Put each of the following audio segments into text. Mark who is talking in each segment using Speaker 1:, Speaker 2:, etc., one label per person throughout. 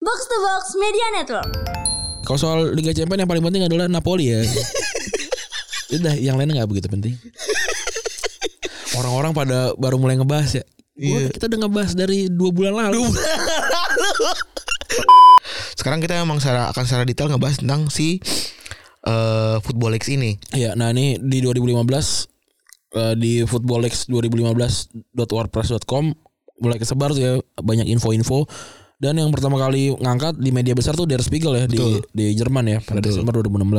Speaker 1: Box to Box Media Network.
Speaker 2: Kalau soal Liga Champions yang paling penting adalah Napoli ya. Udah, yang lain nggak begitu penting. Orang-orang pada baru mulai ngebahas ya. Gua-
Speaker 3: Iya.
Speaker 2: Kita udah ngebahas dari dua bulan lalu.
Speaker 3: Sekarang kita emang secara, akan secara detail ngebahas tentang si eh Football League ini.
Speaker 2: Iya, nah ini di 2015 eh, di footballleaks2015.wordpress.com mulai kesebar tuh ya banyak info-info dan yang pertama kali ngangkat di media besar tuh Der Spiegel ya
Speaker 3: Betul.
Speaker 2: di di Jerman ya pada
Speaker 3: Betul.
Speaker 2: Desember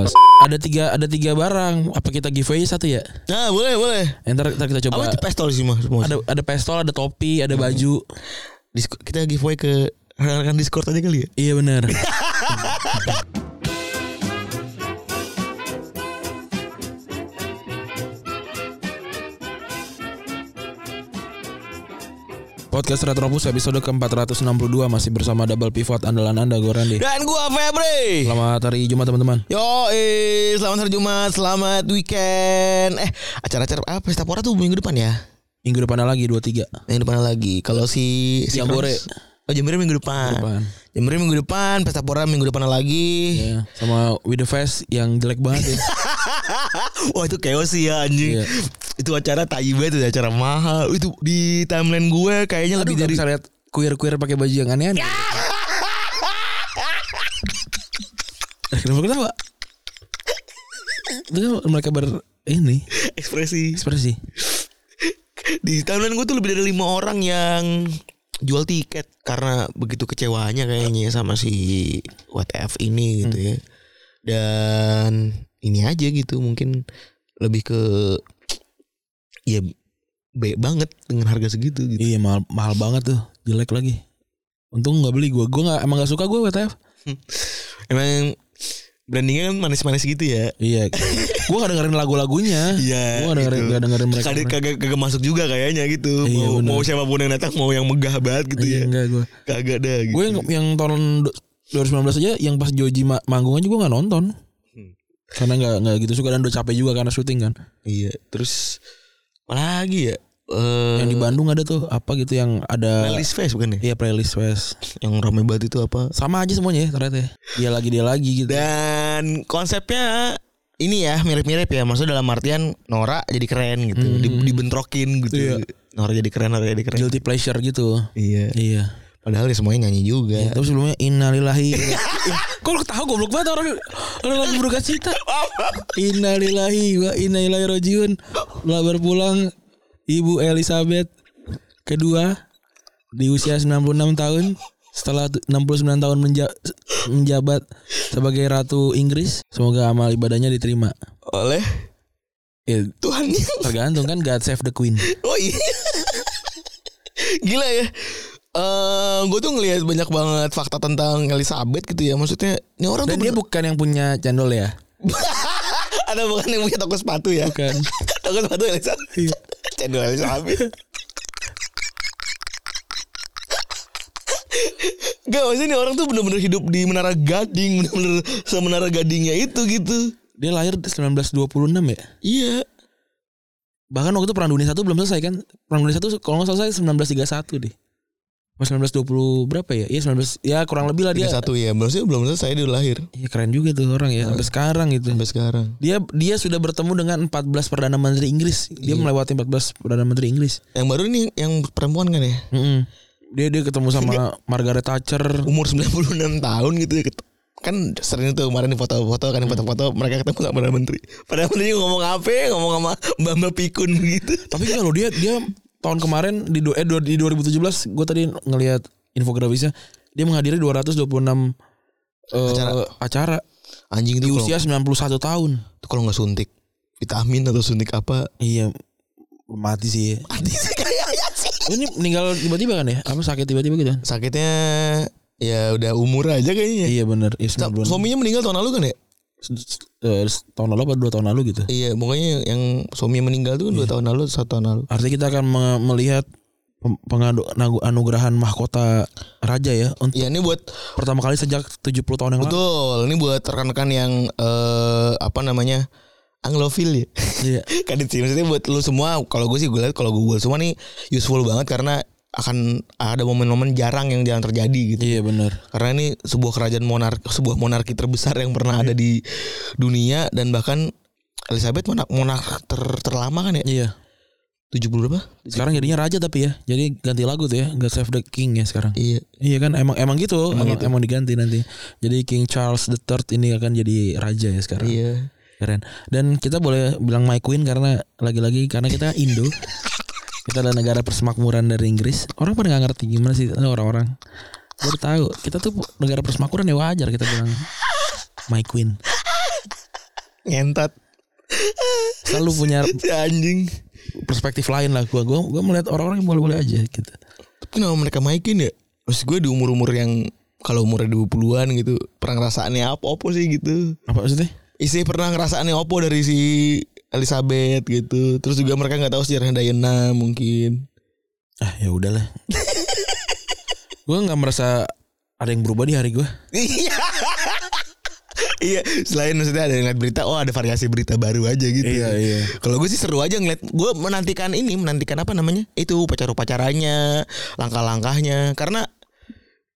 Speaker 2: 2016. Ada tiga ada tiga barang. Apa kita giveaway satu ya?
Speaker 3: Nah boleh boleh.
Speaker 2: Eh, Ntar, ntar kita
Speaker 3: Apa
Speaker 2: coba.
Speaker 3: itu pestol sih mas? Mas?
Speaker 2: Ada ada pestol, ada topi, ada baju.
Speaker 3: Dis- kita giveaway ke rekan-rekan Discord aja kali ya.
Speaker 2: Iya benar. Podcast Retropus episode ke-462 masih bersama double pivot andalan Anda Gorandi.
Speaker 3: Dan gua Febri.
Speaker 2: Selamat hari Jumat teman-teman.
Speaker 3: Yo, eh, selamat hari Jumat, selamat weekend. Eh, acara-acara apa? Pesta Pora tuh minggu depan ya?
Speaker 2: Minggu depan lagi 23.
Speaker 3: Minggu depan lagi. Kalau si, si
Speaker 2: Jambore.
Speaker 3: Kronos- Oh, Jambore minggu depan. Iya.
Speaker 2: Minggu depan.
Speaker 3: Jambore minggu depan, Pesta Pora minggu depan lagi.
Speaker 2: Ya, sama With the Face yang jelek banget ya.
Speaker 3: Wah, itu chaos sih ya anjing.
Speaker 2: Iya.
Speaker 3: Itu acara tai banget, itu acara mahal. Itu di timeline gue kayaknya
Speaker 2: Aduh,
Speaker 3: lebih
Speaker 2: nggak
Speaker 3: dari
Speaker 2: bisa lihat kuir-kuir pakai baju yang aneh-aneh. Eh, Kenapa ketawa? Itu kan mereka ber ini
Speaker 3: ekspresi.
Speaker 2: ekspresi.
Speaker 3: Di timeline gue tuh lebih dari lima orang yang jual tiket karena begitu kecewanya kayaknya sama si WTF ini
Speaker 2: Hmm.
Speaker 3: gitu ya. Dan ini aja gitu mungkin lebih ke ya baik banget dengan harga segitu gitu.
Speaker 2: Iya mahal, mahal banget tuh, jelek lagi. Untung nggak beli gue, gue nggak emang nggak suka gue WTF.
Speaker 3: Emang brandingnya kan manis-manis gitu ya.
Speaker 2: Iya, gitu. gue nggak dengerin lagu-lagunya. gue
Speaker 3: Iya.
Speaker 2: nggak dengerin, nggak dengerin mereka.
Speaker 3: Kagak kagak kagak masuk juga kayaknya gitu.
Speaker 2: Iya,
Speaker 3: mau,
Speaker 2: bener.
Speaker 3: mau siapapun yang datang mau yang megah banget gitu
Speaker 2: Iya,
Speaker 3: ya.
Speaker 2: enggak gue.
Speaker 3: Kagak ada gitu.
Speaker 2: Gue yang, yang tahun du- 2019 aja yang pas Joji ma- manggung aja gue nggak nonton. Hmm. Karena nggak nggak gitu suka dan udah capek juga karena syuting kan.
Speaker 3: Iya, terus apa lagi ya? Eh,
Speaker 2: yang di Bandung ada tuh apa gitu yang ada
Speaker 3: playlist face bukan ya?
Speaker 2: Iya playlist Wes.
Speaker 3: Yang rame banget itu apa?
Speaker 2: Sama aja semuanya ya ternyata ya. Dia lagi dia lagi gitu.
Speaker 3: Dan konsepnya ini ya mirip-mirip ya, maksudnya dalam artian Nora jadi keren gitu, Di- dibentrokin gitu.
Speaker 2: Hmm. Iya.
Speaker 3: Nora jadi keren, Nora jadi keren.
Speaker 2: Guilty pleasure gitu.
Speaker 3: Iya.
Speaker 2: Iya.
Speaker 3: Padahal dia semuanya nyanyi juga.
Speaker 2: Ya, terus sebelumnya innalillahi. Ya, Kok lu tahu goblok banget orang orang lagi berduka cita. Innalillahi wa inna ilaihi rajiun. Telah berpulang Ibu Elizabeth kedua di usia 96 tahun setelah tu- 69 tahun menja- menjabat sebagai ratu Inggris. Semoga amal ibadahnya diterima.
Speaker 3: Oleh
Speaker 2: Ya,
Speaker 3: Tuhan.
Speaker 2: Tergantung kan God Save the Queen.
Speaker 3: Oh iya. Gila ya. Eh, gue tuh ngelihat banyak banget fakta tentang Elizabeth gitu ya. Maksudnya, ini orang
Speaker 2: Dan
Speaker 3: tuh
Speaker 2: dia bukan yang punya cendol ya?
Speaker 3: ada bukan yang punya toko sepatu ya?
Speaker 2: Bukan.
Speaker 3: Toko sepatu Elizabeth.
Speaker 2: Iya.
Speaker 3: Cendol Elizabeth. Gak maksudnya ini orang tuh bener-bener hidup di menara gading Bener-bener semenara gadingnya itu gitu
Speaker 2: Dia lahir 1926 ya.
Speaker 3: Iya
Speaker 2: Bahkan waktu itu Perang Dunia 1 belum selesai kan? Perang Dunia 1 kalau nggak selesai 1931 deh. Pas 1920 berapa ya? Iya 19 ya kurang lebih lah dia.
Speaker 3: Dia satu ya Maksudnya belum selesai dia udah lahir
Speaker 2: Iya keren juga tuh orang ya sampai sekarang gitu.
Speaker 3: Sampai sekarang
Speaker 2: Dia dia sudah bertemu dengan 14 perdana menteri Inggris. Dia melewati 14 perdana menteri Inggris.
Speaker 3: Yang baru nih yang perempuan kan ya
Speaker 2: Mm-mm. Dia dia ketemu sama Margaret Thatcher.
Speaker 3: Umur 96 tahun gitu ya ket- Kan sering tuh kemarin di foto-foto kan di foto-foto mereka ketemu sama Perdana Menteri Perdana Menteri ngomong apa Ngomong sama Mbak Mbak Pikun gitu
Speaker 2: Tapi kalau dia dia tahun kemarin di du- eh, du- di 2017 gue tadi ngelihat infografisnya dia menghadiri 226 eh,
Speaker 3: Acara.
Speaker 2: acara. Oh.
Speaker 3: Anjing
Speaker 2: di
Speaker 3: itu kalau-
Speaker 2: usia 91 tahun.
Speaker 3: itu kalau nggak suntik Vitamin atau suntik apa
Speaker 2: Iya mati sih. ya.
Speaker 3: Mati sih kayaknya sih
Speaker 2: Oh, ini meninggal tiba-tiba kan ya? Apa sakit tiba-tiba gitu? kan?
Speaker 3: sakitnya ya udah umur aja kayaknya.
Speaker 2: Iya benar. Iya
Speaker 3: Sa-
Speaker 2: 90-an.
Speaker 3: Suaminya meninggal tahun lalu kan ya?
Speaker 2: S- eh, tahun lalu apa dua tahun lalu gitu.
Speaker 3: Iya, pokoknya yang suaminya meninggal tuh kan dua tahun lalu, satu tahun lalu.
Speaker 2: Artinya kita akan me- melihat pem- pengadu nagu- anugerahan mahkota raja ya untuk
Speaker 3: Ya ini buat
Speaker 2: pertama kali sejak 70 tahun yang lalu.
Speaker 3: betul, ini buat rekan-rekan yang eh, apa namanya Anglofil ya.
Speaker 2: Iya.
Speaker 3: Kadit sih maksudnya buat lu semua. Kalau gue sih gue lihat kalau Google semua nih useful banget karena akan ada momen-momen jarang yang jarang terjadi gitu.
Speaker 2: Iya benar.
Speaker 3: Karena ini sebuah kerajaan monarki sebuah monarki terbesar yang pernah ada di dunia dan bahkan Elizabeth monark monark ter- terlama kan ya?
Speaker 2: Iya.
Speaker 3: 70 berapa?
Speaker 2: Sekarang jadinya raja tapi ya. Jadi ganti lagu tuh ya. God Save the King ya sekarang.
Speaker 3: Iya.
Speaker 2: Iya kan emang emang gitu, emang, emang diganti nanti. Jadi King Charles the Third ini akan jadi raja ya sekarang.
Speaker 3: Iya.
Speaker 2: Keren. Dan kita boleh bilang my queen karena lagi-lagi karena kita Indo. kita adalah negara persemakmuran dari Inggris. Orang pada nggak ngerti gimana sih orang-orang. Baru tahu. Kita tuh negara persemakmuran ya wajar kita bilang my queen.
Speaker 3: Ngentat
Speaker 2: Selalu punya
Speaker 3: si anjing.
Speaker 2: perspektif lain lah gua. Gua gua melihat orang-orang yang boleh-boleh aja gitu.
Speaker 3: Tapi kenapa mereka maikin ya? Maksud gue di umur-umur yang kalau umurnya 20-an gitu, pernah ngerasaannya apa opo sih gitu.
Speaker 2: Apa maksudnya?
Speaker 3: Istri pernah ngerasaannya opo dari si Elizabeth gitu. Terus juga mereka nggak tahu sejarah Diana mungkin.
Speaker 2: Ah, ya udahlah. gua nggak merasa ada yang berubah di hari gua.
Speaker 3: Iya. Iya, selain maksudnya ada yang ngeliat berita, oh ada variasi berita baru aja gitu.
Speaker 2: Iya, iya.
Speaker 3: Kalau gue sih seru aja ngeliat, gue menantikan ini, menantikan apa namanya? Itu pacar-pacarannya, langkah-langkahnya. Karena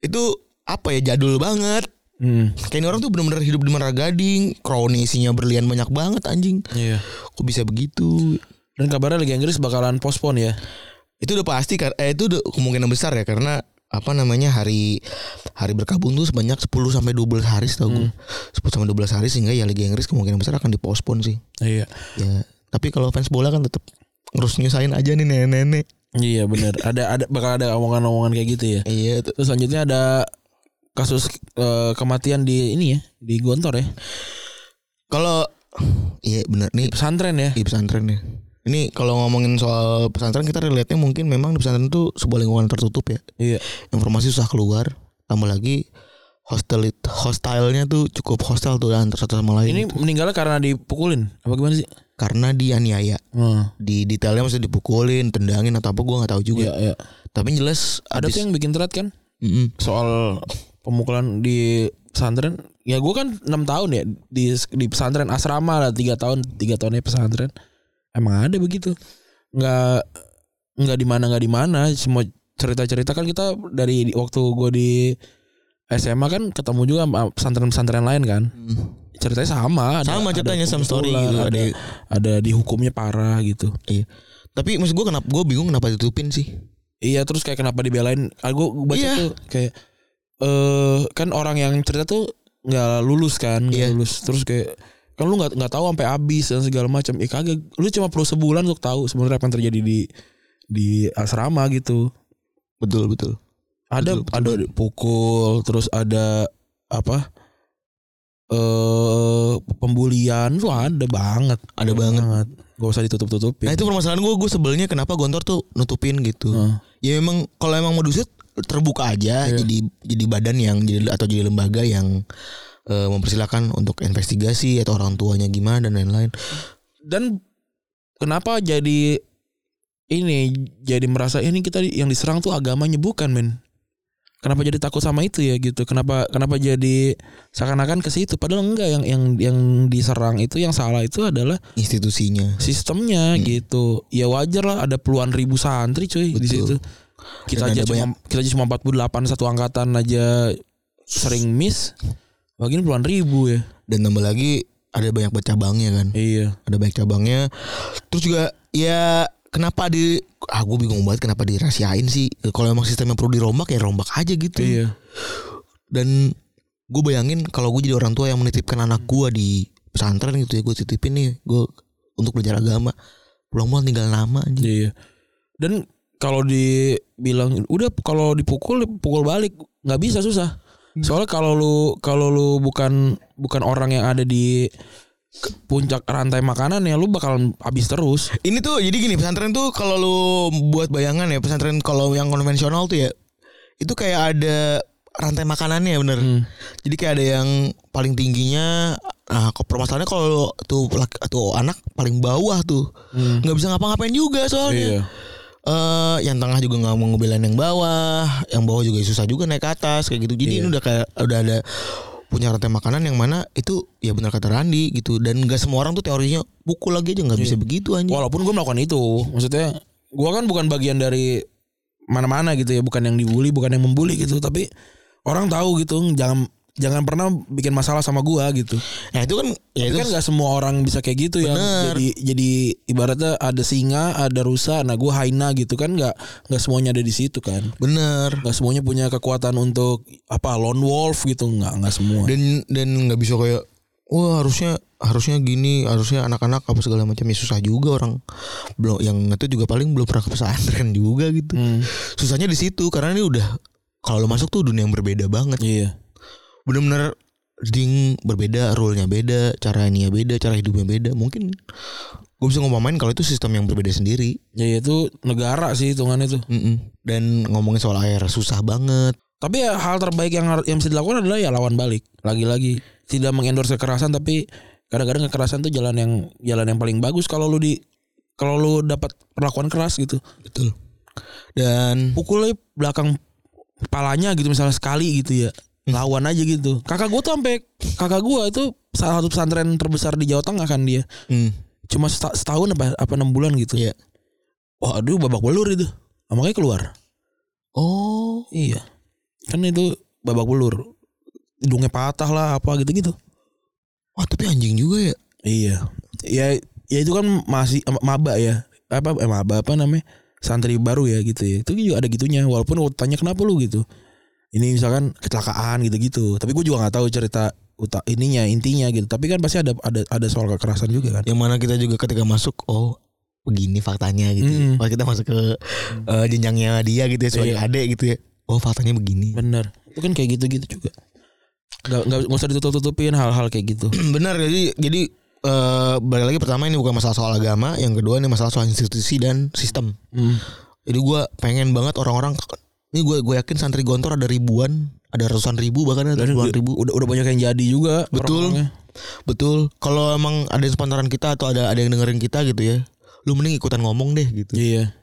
Speaker 3: itu apa ya jadul banget.
Speaker 2: Hmm.
Speaker 3: Kayak ini orang tuh bener-bener hidup di Menara Gading, kroni isinya berlian banyak banget anjing.
Speaker 2: Iya.
Speaker 3: Kok bisa begitu?
Speaker 2: Dan kabarnya Liga Inggris bakalan postpone ya.
Speaker 3: Itu udah pasti kar- eh itu udah kemungkinan besar ya karena apa namanya hari hari berkabung tuh sebanyak 10 sampai 12 hari setahu gue. 10 sampai 12 hari sehingga ya Liga Inggris kemungkinan besar akan dipospon sih.
Speaker 2: Iya.
Speaker 3: Ya, tapi kalau fans bola kan tetap ngurus nyusahin aja nih nenek-nenek.
Speaker 2: Iya benar. Ada ada bakal ada omongan-omongan kayak gitu ya.
Speaker 3: Iya, tuh.
Speaker 2: Terus selanjutnya ada kasus eh, kematian di ini ya, di Gontor ya.
Speaker 3: kalau iya bener nih
Speaker 2: Pesantren ya.
Speaker 3: di pesantren ya. Ini kalau ngomongin soal pesantren kita relate-nya mungkin memang di pesantren tuh sebuah lingkungan tertutup ya.
Speaker 2: Iya.
Speaker 3: informasi susah keluar tambah lagi hostel hostilenya tuh cukup hostel tuh antara satu sama lain
Speaker 2: Ini meninggalnya karena dipukulin. Apa gimana sih?
Speaker 3: karena dianiaya
Speaker 2: Hmm.
Speaker 3: di detailnya maksudnya dipukulin tendangin atau apa gua nggak tahu juga
Speaker 2: Iya, iya.
Speaker 3: tapi yang jelas
Speaker 2: Ada tuh yang bikin terat kan
Speaker 3: Mm-mm.
Speaker 2: soal pemukulan di pesantren. Ya gue kan 6 tahun ya di di pesantren asrama lah 3 tahun, 3 tahunnya pesantren. Emang ada begitu. Nggak nggak di mana nggak di mana semua cerita-cerita kan kita dari waktu gue di SMA kan ketemu juga sama pesantren-pesantren lain kan. Ceritanya sama, ada-
Speaker 3: Sama
Speaker 2: ada
Speaker 3: ceritanya, sama story
Speaker 2: pemukulan,
Speaker 3: gitu,
Speaker 2: Ada,
Speaker 3: ada-
Speaker 2: ada dihukumnya parah gitu.
Speaker 3: iya tapi maksud gua kenapa gua bingung kenapa ditutupin sih
Speaker 2: Iya terus kayak kenapa dibelain? Ah, gua gua baca
Speaker 3: Iya.
Speaker 2: tuh kayak eh kan orang yang cerita tuh nggak lulus kan, nggak
Speaker 3: Iya.
Speaker 2: lulus terus kayak kan lu nggak nggak tahu sampai habis dan segala macam. Eh kagak, lu cuma perlu sebulan untuk tahu sebenarnya apa yang terjadi di di asrama gitu.
Speaker 3: betul betul
Speaker 2: Ada
Speaker 3: Betul, betul,
Speaker 2: ada
Speaker 3: betul.
Speaker 2: pukul, terus ada apa? eh pembulian tuh ada banget,
Speaker 3: ada banget
Speaker 2: Gak usah ditutup-tutupin.
Speaker 3: nah itu permasalahan gua gua sebelnya kenapa Gontor tuh nutupin gitu
Speaker 2: Heeh.
Speaker 3: ya emang kalau emang mau diusut terbuka aja
Speaker 2: Iya.
Speaker 3: jadi jadi badan yang jadi atau jadi lembaga yang eh, mempersilahkan untuk investigasi atau orang tuanya gimana dan lain-lain
Speaker 2: dan kenapa jadi ini jadi merasa "Eh, ini kita di- yang diserang tuh agamanya bukan men kenapa jadi takut sama itu ya gitu kenapa kenapa jadi seakan-akan ke situ padahal enggak yang yang yang diserang itu yang salah itu adalah
Speaker 3: institusinya
Speaker 2: sistemnya gitu ya wajar lah ada puluhan ribu santri cuy di situ
Speaker 3: Betul.
Speaker 2: kita
Speaker 3: Dan
Speaker 2: aja
Speaker 3: ada
Speaker 2: cuma kita aja cuma 48 satu angkatan aja sering miss bagian puluhan ribu ya
Speaker 3: dan tambah lagi ada banyak cabangnya kan
Speaker 2: iya
Speaker 3: ada banyak cabangnya terus juga ya kenapa di ah gue bingung banget kenapa dirahasiain sih kalau emang sistemnya perlu dirombak ya rombak aja gitu
Speaker 2: iya
Speaker 3: dan gue bayangin kalau gue jadi orang tua yang menitipkan anak gue di pesantren gitu ya gue titipin nih gue untuk belajar agama pulang-pulang tinggal nama aja
Speaker 2: Iya. iya. Dan kalau dibilang udah kalau dipukul pukul balik nggak bisa susah. Soalnya kalau lu kalau lu bukan bukan orang yang ada di ke- puncak rantai makanan ya lu bakalan habis terus.
Speaker 3: ini tuh jadi gini pesantren tuh kalau lu buat bayangan ya pesantren kalau yang konvensional tuh ya itu kayak ada rantai makanannya ya bener jadi kayak ada yang paling tingginya nah kok permasalahannya kalau tuh laki- tuh anak paling bawah tuh
Speaker 2: Hmm.
Speaker 3: nggak bisa ngapa-ngapain juga
Speaker 2: Iya.
Speaker 3: soalnya eh yang tengah juga nggak mau ngebelain yang bawah, yang bawah juga susah juga naik ke atas kayak gitu. Jadi ini udah kayak udah ada punya rantai makanan yang mana itu ya benar kata Randi gitu dan nggak semua orang tuh teorinya pukul lagi aja nggak bisa begitu anjing.
Speaker 2: Walaupun gue melakukan itu, maksudnya gue kan bukan bagian dari mana-mana gitu ya bukan yang dibully bukan yang membuli gitu tapi orang tahu gitu jangan jangan pernah bikin masalah sama gua gitu
Speaker 3: Nah itu kan
Speaker 2: Tapi
Speaker 3: ya itu
Speaker 2: kan nggak semua orang bisa kayak gitu ya
Speaker 3: Bener.
Speaker 2: jadi jadi ibaratnya ada singa ada rusa nah gua haina gitu kan nggak nggak semuanya ada di situ kan
Speaker 3: bener
Speaker 2: nggak semuanya punya kekuatan untuk apa lone wolf gitu nggak nggak semua
Speaker 3: dan dan nggak bisa kayak wah harusnya harusnya gini harusnya anak-anak apa segala macam ya susah juga orang belum yang itu juga paling belum pernah ke pesantren juga gitu
Speaker 2: Hmm,
Speaker 3: susahnya di situ karena ini udah kalau lo masuk tuh dunia yang berbeda banget
Speaker 2: iya
Speaker 3: bener-bener ding berbeda rule-nya beda cara ininya beda cara hidupnya beda mungkin gue bisa ngomongin kalau itu sistem yang berbeda sendiri
Speaker 2: ya itu negara sih hitungannya tuh
Speaker 3: Mm-mm. dan ngomongin soal air susah banget
Speaker 2: Tapi ya hal terbaik yang har- yang bisa dilakukan adalah ya lawan balik. Lagi-lagi tidak mengendorse kekerasan tapi kadang-kadang kekerasan tuh jalan yang jalan yang paling bagus kalau lu di kalau lu dapat perlakuan keras gitu.
Speaker 3: betul dan
Speaker 2: Pukul aja belakang kepalanya gitu misalnya sekali gitu ya. Lawan aja gitu. Kakak gua tuh sampai kakak gua itu salah satu pesantren terbesar di Jawa Tengah kan dia.
Speaker 3: mm,
Speaker 2: Cuma seta- setahun apa apa 6 bulan gitu.
Speaker 3: Iya.
Speaker 2: Wah, aduh babak belur itu. Nah, Makanya keluar.
Speaker 3: oh
Speaker 2: Iya. Kan itu babak belur. Hidungnya patah lah apa gitu-gitu.
Speaker 3: wah tapi anjing juga ya
Speaker 2: Iya. Ya ya itu kan masih em, maba ya. Apa eh, maba apa namanya? Santri baru ya gitu ya. Itu juga ada gitunya walaupun gua tanya kenapa lu gitu. Ini misalkan kecelakaan gitu-gitu. Tapi gue juga nggak tahu cerita uta ininya intinya gitu. Tapi kan pasti ada ada ada soal kekerasan juga kan.
Speaker 3: yang mana kita juga ketika masuk oh begini faktanya gitu ya.
Speaker 2: Mm.
Speaker 3: Pas kita masuk ke eh, jenjangnya dia gitu ya sebagai
Speaker 2: Iya.
Speaker 3: adek gitu ya oh faktanya begini
Speaker 2: Bener. Itu kan kayak gitu-gitu juga. Gak, gak, gak usah ditutup-tutupin hal-hal kayak gitu.
Speaker 3: benar jadi jadi eh, balik lagi pertama ini bukan masalah soal agama yang kedua ini masalah soal institusi dan sistem
Speaker 2: Hmm.
Speaker 3: jadi gue pengen banget orang-orang ini gue gue yakin santri gontor ada ribuan ada ratusan ribu bahkan ada ribuan ribu
Speaker 2: Udah, udah banyak yang jadi juga.
Speaker 3: Betul.
Speaker 2: orang-orangnya.
Speaker 3: betul kalau emang ada yang sponsoran kita atau ada ada yang dengerin kita gitu ya lu mending ikutan ngomong deh gitu
Speaker 2: Iya.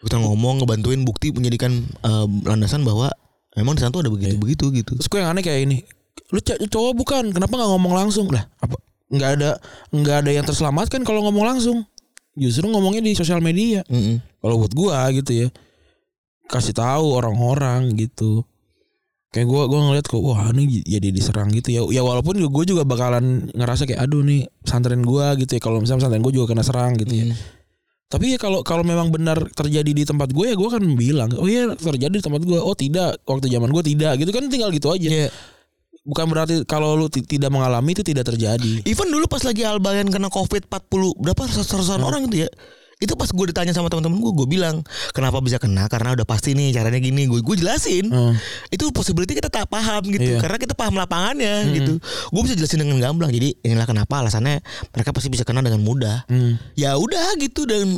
Speaker 3: ikutan ngomong ngebantuin bukti menjadikan eh, landasan bahwa emang di sana tuh ada begitu begitu gitu
Speaker 2: Terus gue yang aneh kayak ini. Lu ce- cowok bukan, kenapa nggak ngomong langsung? Lah, apa nggak ada nggak ada yang terselamatkan kalau ngomong langsung. Justru ngomongnya di sosial media.
Speaker 3: Mm-mm.
Speaker 2: Kalau buat gua gitu ya. Kasih tahu orang-orang gitu. Kayak gua gua ngeliat kok wah ini jadi diserang gitu ya. Ya walaupun gue juga bakalan ngerasa kayak aduh nih pesantren gua gitu ya. Kalau misalnya pesantren gua juga kena serang gitu ya.
Speaker 3: Mm.
Speaker 2: Tapi ya kalau kalau memang benar terjadi di tempat gue ya gue akan bilang, oh iya terjadi di tempat gue, oh tidak waktu zaman gue tidak gitu kan tinggal gitu aja.
Speaker 3: Iya.
Speaker 2: Bukan berarti kalau lu ti- tidak mengalami itu tidak terjadi.
Speaker 3: Even dulu pas lagi Albayan kena COVID 40 berapa ratusan orang itu ya. Itu pas gue ditanya sama teman-teman gue, gue bilang kenapa bisa kena karena udah pasti nih caranya gini. Gue gue jelasin.
Speaker 2: Hmm.
Speaker 3: Itu possibility kita tak paham
Speaker 2: Iya.
Speaker 3: gitu karena kita paham lapangannya gitu. Gue bisa jelasin dengan gamblang. Jadi inilah kenapa alasannya mereka pasti bisa kena dengan mudah.
Speaker 2: Hmm.
Speaker 3: Ya udah gitu dan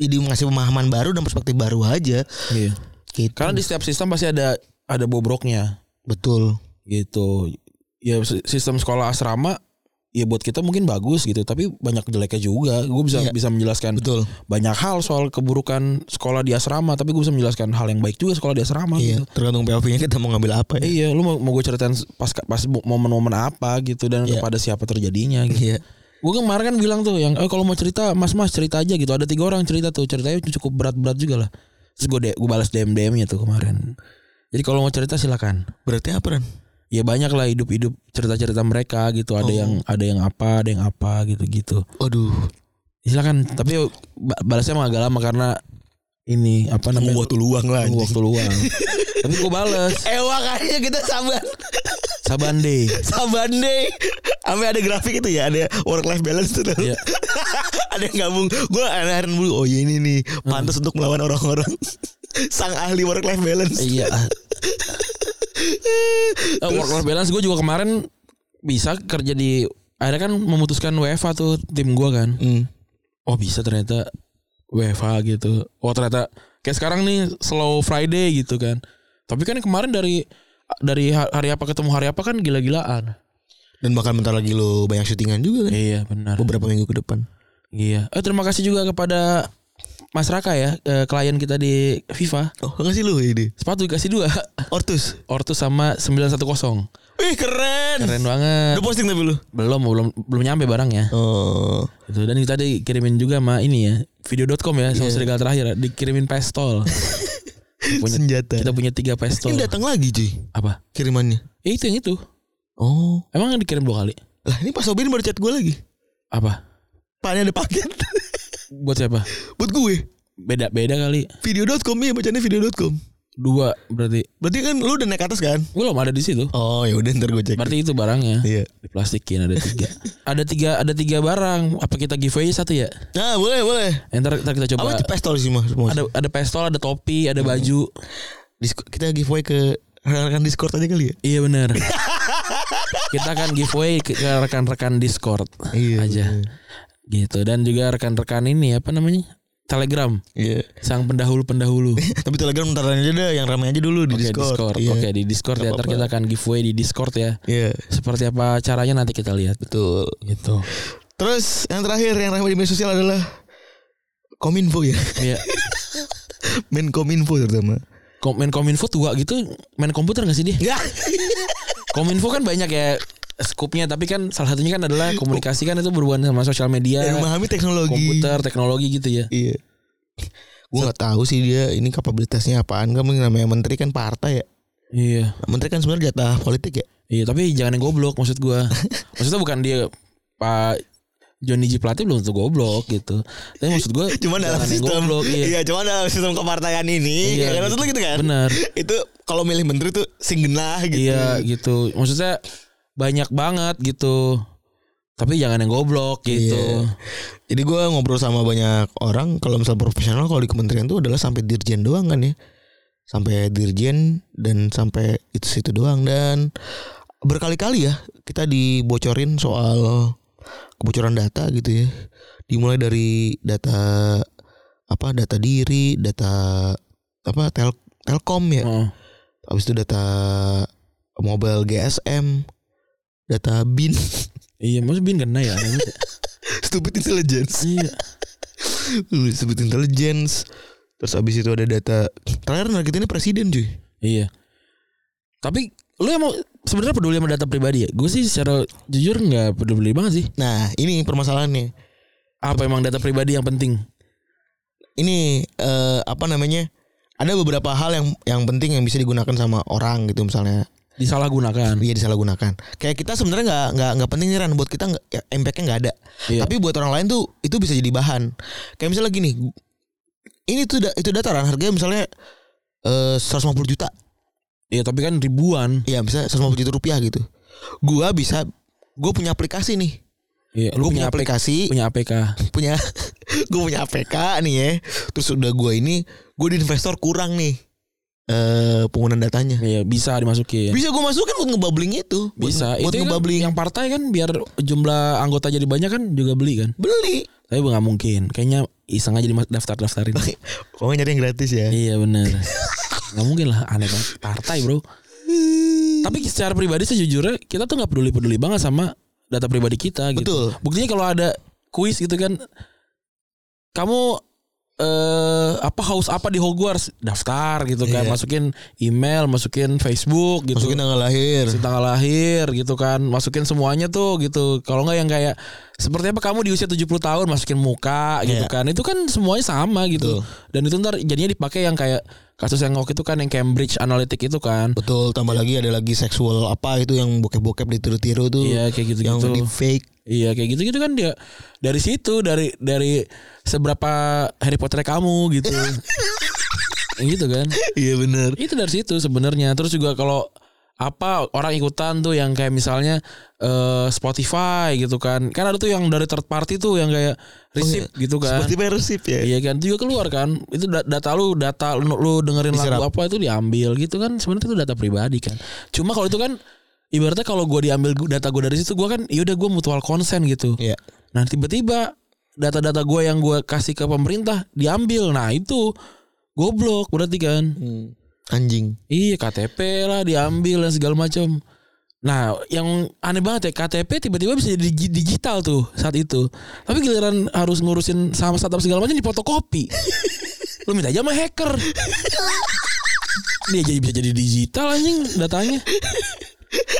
Speaker 3: jadi ngasih pemahaman baru dan perspektif baru aja.
Speaker 2: Iya.
Speaker 3: Gitu.
Speaker 2: Karena di setiap sistem pasti ada ada bobroknya
Speaker 3: betul.
Speaker 2: gitu. Ya si- sistem sekolah asrama ya buat kita mungkin bagus gitu, tapi banyak jeleknya juga. Gue bisa
Speaker 3: Iya.
Speaker 2: bisa menjelaskan
Speaker 3: Betul.
Speaker 2: banyak hal soal keburukan sekolah di asrama, tapi gue bisa menjelaskan hal yang baik juga sekolah di asrama gitu.
Speaker 3: Iya, tergantung POV-nya kita mau ngambil apa ya.
Speaker 2: Iya, lu mau, mau gue ceritain pas pas momen-momen apa gitu dan
Speaker 3: Iya.
Speaker 2: kepada siapa terjadinya gitu.
Speaker 3: Iya.
Speaker 2: Gue kemarin kan bilang tuh yang eh kalau mau cerita mas-mas cerita aja gitu. Ada tiga orang cerita tuh ceritanya cukup berat-berat juga lah. Terus gue de- gue balas DM DM-nya tuh kemarin. Jadi kalau mau cerita silakan.
Speaker 3: Berarti apa, Ren?
Speaker 2: Ya banyak lah hidup-hidup cerita-cerita mereka gitu. Ada
Speaker 3: Oh.
Speaker 2: yang ada yang apa, ada yang apa gitu-gitu. Ya
Speaker 3: Aduh,
Speaker 2: Silakan. Tapi ba- balasnya emang agak lama karena ini apa namanya?
Speaker 3: waktu luang lah.
Speaker 2: Nunggu
Speaker 3: anjing.
Speaker 2: waktu luang. Tapi gue balas
Speaker 3: Eh makanya kita sabar
Speaker 2: Sabande.
Speaker 3: Sabar deh Sampai ada grafik itu ya Ada work life balance itu tuh.
Speaker 2: Iya.
Speaker 3: Ada yang gabung Gue aneh dulu Oh iya ini nih Pantas untuk melawan orang-orang Sang ahli work life balance
Speaker 2: Iya. Eh, work life balance gue juga kemarin bisa kerja di akhirnya kan memutuskan WFA tuh tim gue kan.
Speaker 3: Hmm.
Speaker 2: Oh bisa ternyata WFA gitu. Oh ternyata kayak sekarang nih slow Friday gitu kan. Tapi kan kemarin dari dari ha- hari apa ketemu hari apa kan gila-gilaan.
Speaker 3: Dan bakal bentar lagi lo banyak syutingan juga kan
Speaker 2: Iya benar.
Speaker 3: Beberapa minggu ke depan
Speaker 2: Iya. Eh terima kasih juga kepada Mas Raka ya, eh, klien kita di FIFA.
Speaker 3: Oh nggak sih lo ini
Speaker 2: Sepatu dikasih dua,
Speaker 3: Ortus
Speaker 2: Ortus sama 910.
Speaker 3: Wih keren,
Speaker 2: Keren banget.
Speaker 3: Udah posting tapi lo
Speaker 2: belum belum belum nyampe barangnya
Speaker 3: Oh
Speaker 2: itu dan kita
Speaker 3: Iya.
Speaker 2: dikirimin juga sama ini ya video.com ya sama serigala terakhir ya, dikirimin pestol punya-
Speaker 3: senjata.
Speaker 2: Kita punya tiga pistol.
Speaker 3: Iya. Ini datang lagi cuy
Speaker 2: Apa?
Speaker 3: kirimannya.
Speaker 2: Ya, itu yang itu.
Speaker 3: Oh.
Speaker 2: Emang dikirim dua kali?
Speaker 3: Lah ini Pak Sobirin baru chat gue lagi.
Speaker 2: Apa?
Speaker 3: Pak ini ada paket.
Speaker 2: Buat siapa?
Speaker 3: Buat gue.
Speaker 2: Beda beda kali.
Speaker 3: Video.com ya bacanya video.com.
Speaker 2: Dua berarti.
Speaker 3: Berarti kan lu udah naik atas kan?
Speaker 2: Belum ada di situ.
Speaker 3: Oh ya udah ntar gue cek.
Speaker 2: Berarti itu barangnya.
Speaker 3: Iya.
Speaker 2: Diplastikin ada tiga. ada tiga ada tiga barang. Apa kita giveaway satu ya?
Speaker 3: Nah boleh boleh.
Speaker 2: Eh, Ntar, ntar kita
Speaker 3: Apa
Speaker 2: coba.
Speaker 3: itu Hmm. pistol sih mas? Semua.
Speaker 2: Ada ada pistol, ada topi, ada baju.
Speaker 3: Disco- kita giveaway ke rekan-rekan Discord aja kali ya.
Speaker 2: Iya benar. kita akan giveaway ke ke rekan-rekan Discord
Speaker 3: Iya,
Speaker 2: aja.
Speaker 3: bener.
Speaker 2: Gitu dan juga rekan-rekan ini apa namanya? Telegram.
Speaker 3: Iya.
Speaker 2: Sang pendahulu-pendahulu.
Speaker 3: Tapi Telegram ntar aja deh, yang ramai aja dulu di
Speaker 2: Oke,
Speaker 3: Discord.
Speaker 2: Discord.
Speaker 3: Iya.
Speaker 2: Oke, di Discord ya. Ntar kita akan giveaway di Discord ya.
Speaker 3: Iya.
Speaker 2: Seperti apa caranya nanti kita lihat.
Speaker 3: Betul.
Speaker 2: Gitu.
Speaker 3: Terus yang terakhir yang ramai di media sosial adalah Kominfo ya.
Speaker 2: Iya.
Speaker 3: Main Kominfo terutama.
Speaker 2: Kom- Main kominfo tua gitu main komputer gak sih dia?
Speaker 3: Ya.
Speaker 2: Kominfo kan banyak ya skupnya tapi kan salah satunya kan adalah komunikasi kan itu berhubungan sama sosial media,
Speaker 3: Yang memahami teknologi.
Speaker 2: Ya. komputer, teknologi gitu ya.
Speaker 3: Iya. Gue nggak tahu sih dia ini kapabilitasnya apaan kan mungkin namanya menteri kan partai ya.
Speaker 2: Iya.
Speaker 3: Menteri kan sebenarnya jatah politik ya.
Speaker 2: Iya, tapi jangan yang goblok maksud gua. Maksudnya bukan dia Pak Johnny G Plate belum tentu goblok gitu. Tapi maksud gua
Speaker 3: Cuma dalam
Speaker 2: jangan yang
Speaker 3: sistem
Speaker 2: goblok, iya.
Speaker 3: iya. cuma dalam sistem kepartaian ini
Speaker 2: Iya,
Speaker 3: ya kan maksud lu gitu kan.
Speaker 2: Bener.
Speaker 3: Itu kalau milih menteri tuh singgenah gitu.
Speaker 2: Iya, gitu. Maksudnya banyak banget gitu. Tapi jangan yang goblok gitu.
Speaker 3: Iya. Jadi gue ngobrol sama banyak orang kalau misal profesional kalau di kementerian tuh adalah sampai dirjen doang kan ya. Sampai dirjen dan sampai itu situ doang dan berkali-kali ya kita dibocorin soal kebocoran data gitu ya. Dimulai dari data apa data diri, data apa tel telkom ya.
Speaker 2: Heeh.
Speaker 3: Habis itu data mobile GSM, data BIN,
Speaker 2: Iya, maksud bin kena ya. aneh banget ya.
Speaker 3: stupid intelligence.
Speaker 2: iya.
Speaker 3: Lu sebut intelligence terus abis itu ada data terakhir nargetin ini presiden cuy
Speaker 2: Iya. Tapi lu emang sebenarnya peduli sama data pribadi ya? Gue sih secara jujur nggak peduli banget sih.
Speaker 3: nah ini permasalahannya
Speaker 2: Apa emang data pribadi yang penting?
Speaker 3: ini eh, apa namanya ada beberapa hal yang yang penting yang bisa digunakan sama orang gitu misalnya
Speaker 2: Disalahgunakan.
Speaker 3: dia disalahgunakan kayak kita sebenarnya nggak nggak nggak penting nih Ran buat kita nggak ya, impactnya nggak ada
Speaker 2: Iya.
Speaker 3: tapi buat orang lain tuh itu bisa jadi bahan kayak misalnya gini ini tuh da- itu data Ran harganya misalnya eh 150 juta
Speaker 2: Iya, tapi kan ribuan.
Speaker 3: ya misalnya 150 juta rupiah gitu gua bisa gue punya aplikasi nih
Speaker 2: Iya, lu
Speaker 3: gue
Speaker 2: punya
Speaker 3: punya
Speaker 2: aplikasi,
Speaker 3: aplikasi
Speaker 2: punya APK.
Speaker 3: punya gue punya APK nih ya terus udah gue ini gue di investor kurang nih eh penggunaan datanya
Speaker 2: Iya, bisa dimasukin.
Speaker 3: bisa gue masukin buat ngebabling itu Buat-
Speaker 2: Bisa.
Speaker 3: buat
Speaker 2: itu kan
Speaker 3: ngebabling
Speaker 2: yang partai kan biar jumlah anggota jadi banyak kan juga beli kan.
Speaker 3: beli
Speaker 2: Tapi nggak mungkin. Kayaknya iseng aja dimas- daftar-daftarin.
Speaker 3: kok nyari yang gratis ya
Speaker 2: iya, bener Nggak mungkin lah aneh banget partai, Bro. Tapi secara pribadi sejujurnya kita tuh nggak peduli-peduli banget sama data pribadi kita gitu.
Speaker 3: betul
Speaker 2: Buktinya kalau ada kuis gitu kan kamu eh apa haus apa di Hogwarts daftar gitu kan
Speaker 3: Iya.
Speaker 2: masukin email masukin Facebook gitu
Speaker 3: masukin tanggal lahir
Speaker 2: Masukin tanggal lahir gitu kan masukin semuanya tuh gitu kalau nggak yang kayak seperti apa kamu di usia 70 tahun masukin muka gitu
Speaker 3: Iya.
Speaker 2: kan itu kan semuanya sama gitu
Speaker 3: Betul.
Speaker 2: dan itu ntar jadinya dipakai yang kayak kasus yang waktu itu kan yang Cambridge Analytic itu kan
Speaker 3: betul tambah lagi ada lagi seksual apa itu yang bokep-bokep ditiru-tiru tuh
Speaker 2: Iya, kayak gitu-gitu.
Speaker 3: yang di fake
Speaker 2: Iya kayak gitu-gitu kan dia dari situ dari dari seberapa Harry Potter kamu gitu. gitu kan.
Speaker 3: iya bener
Speaker 2: Itu dari situ sebenarnya. Terus juga kalau apa orang ikutan tuh yang kayak misalnya eh, Spotify gitu kan. Kan ada tuh yang dari third party tuh yang kayak receipt gitu kan.
Speaker 3: Oh iya. seperti persip ya
Speaker 2: Iya kan itu juga keluar kan itu da- data lu data lu, lu dengerin
Speaker 3: Diserap.
Speaker 2: lagu apa itu diambil gitu kan sebenarnya itu data pribadi kan cuma kalau itu kan ibaratnya kalau gua diambil gu- data gua dari situ gua kan ya udah gua mutual consent gitu
Speaker 3: Iya.
Speaker 2: nah tiba-tiba data-data gua yang gua kasih ke pemerintah diambil nah itu goblok berarti kan
Speaker 3: anjing
Speaker 2: iya KTP lah diambil dan segala macam nah yang aneh banget ya KTP tiba-tiba bisa jadi digi- digital tuh saat itu tapi giliran harus ngurusin sama startup segala macam dipotokopi lu minta aja sama hacker dia jadi bisa jadi digital anjing datanya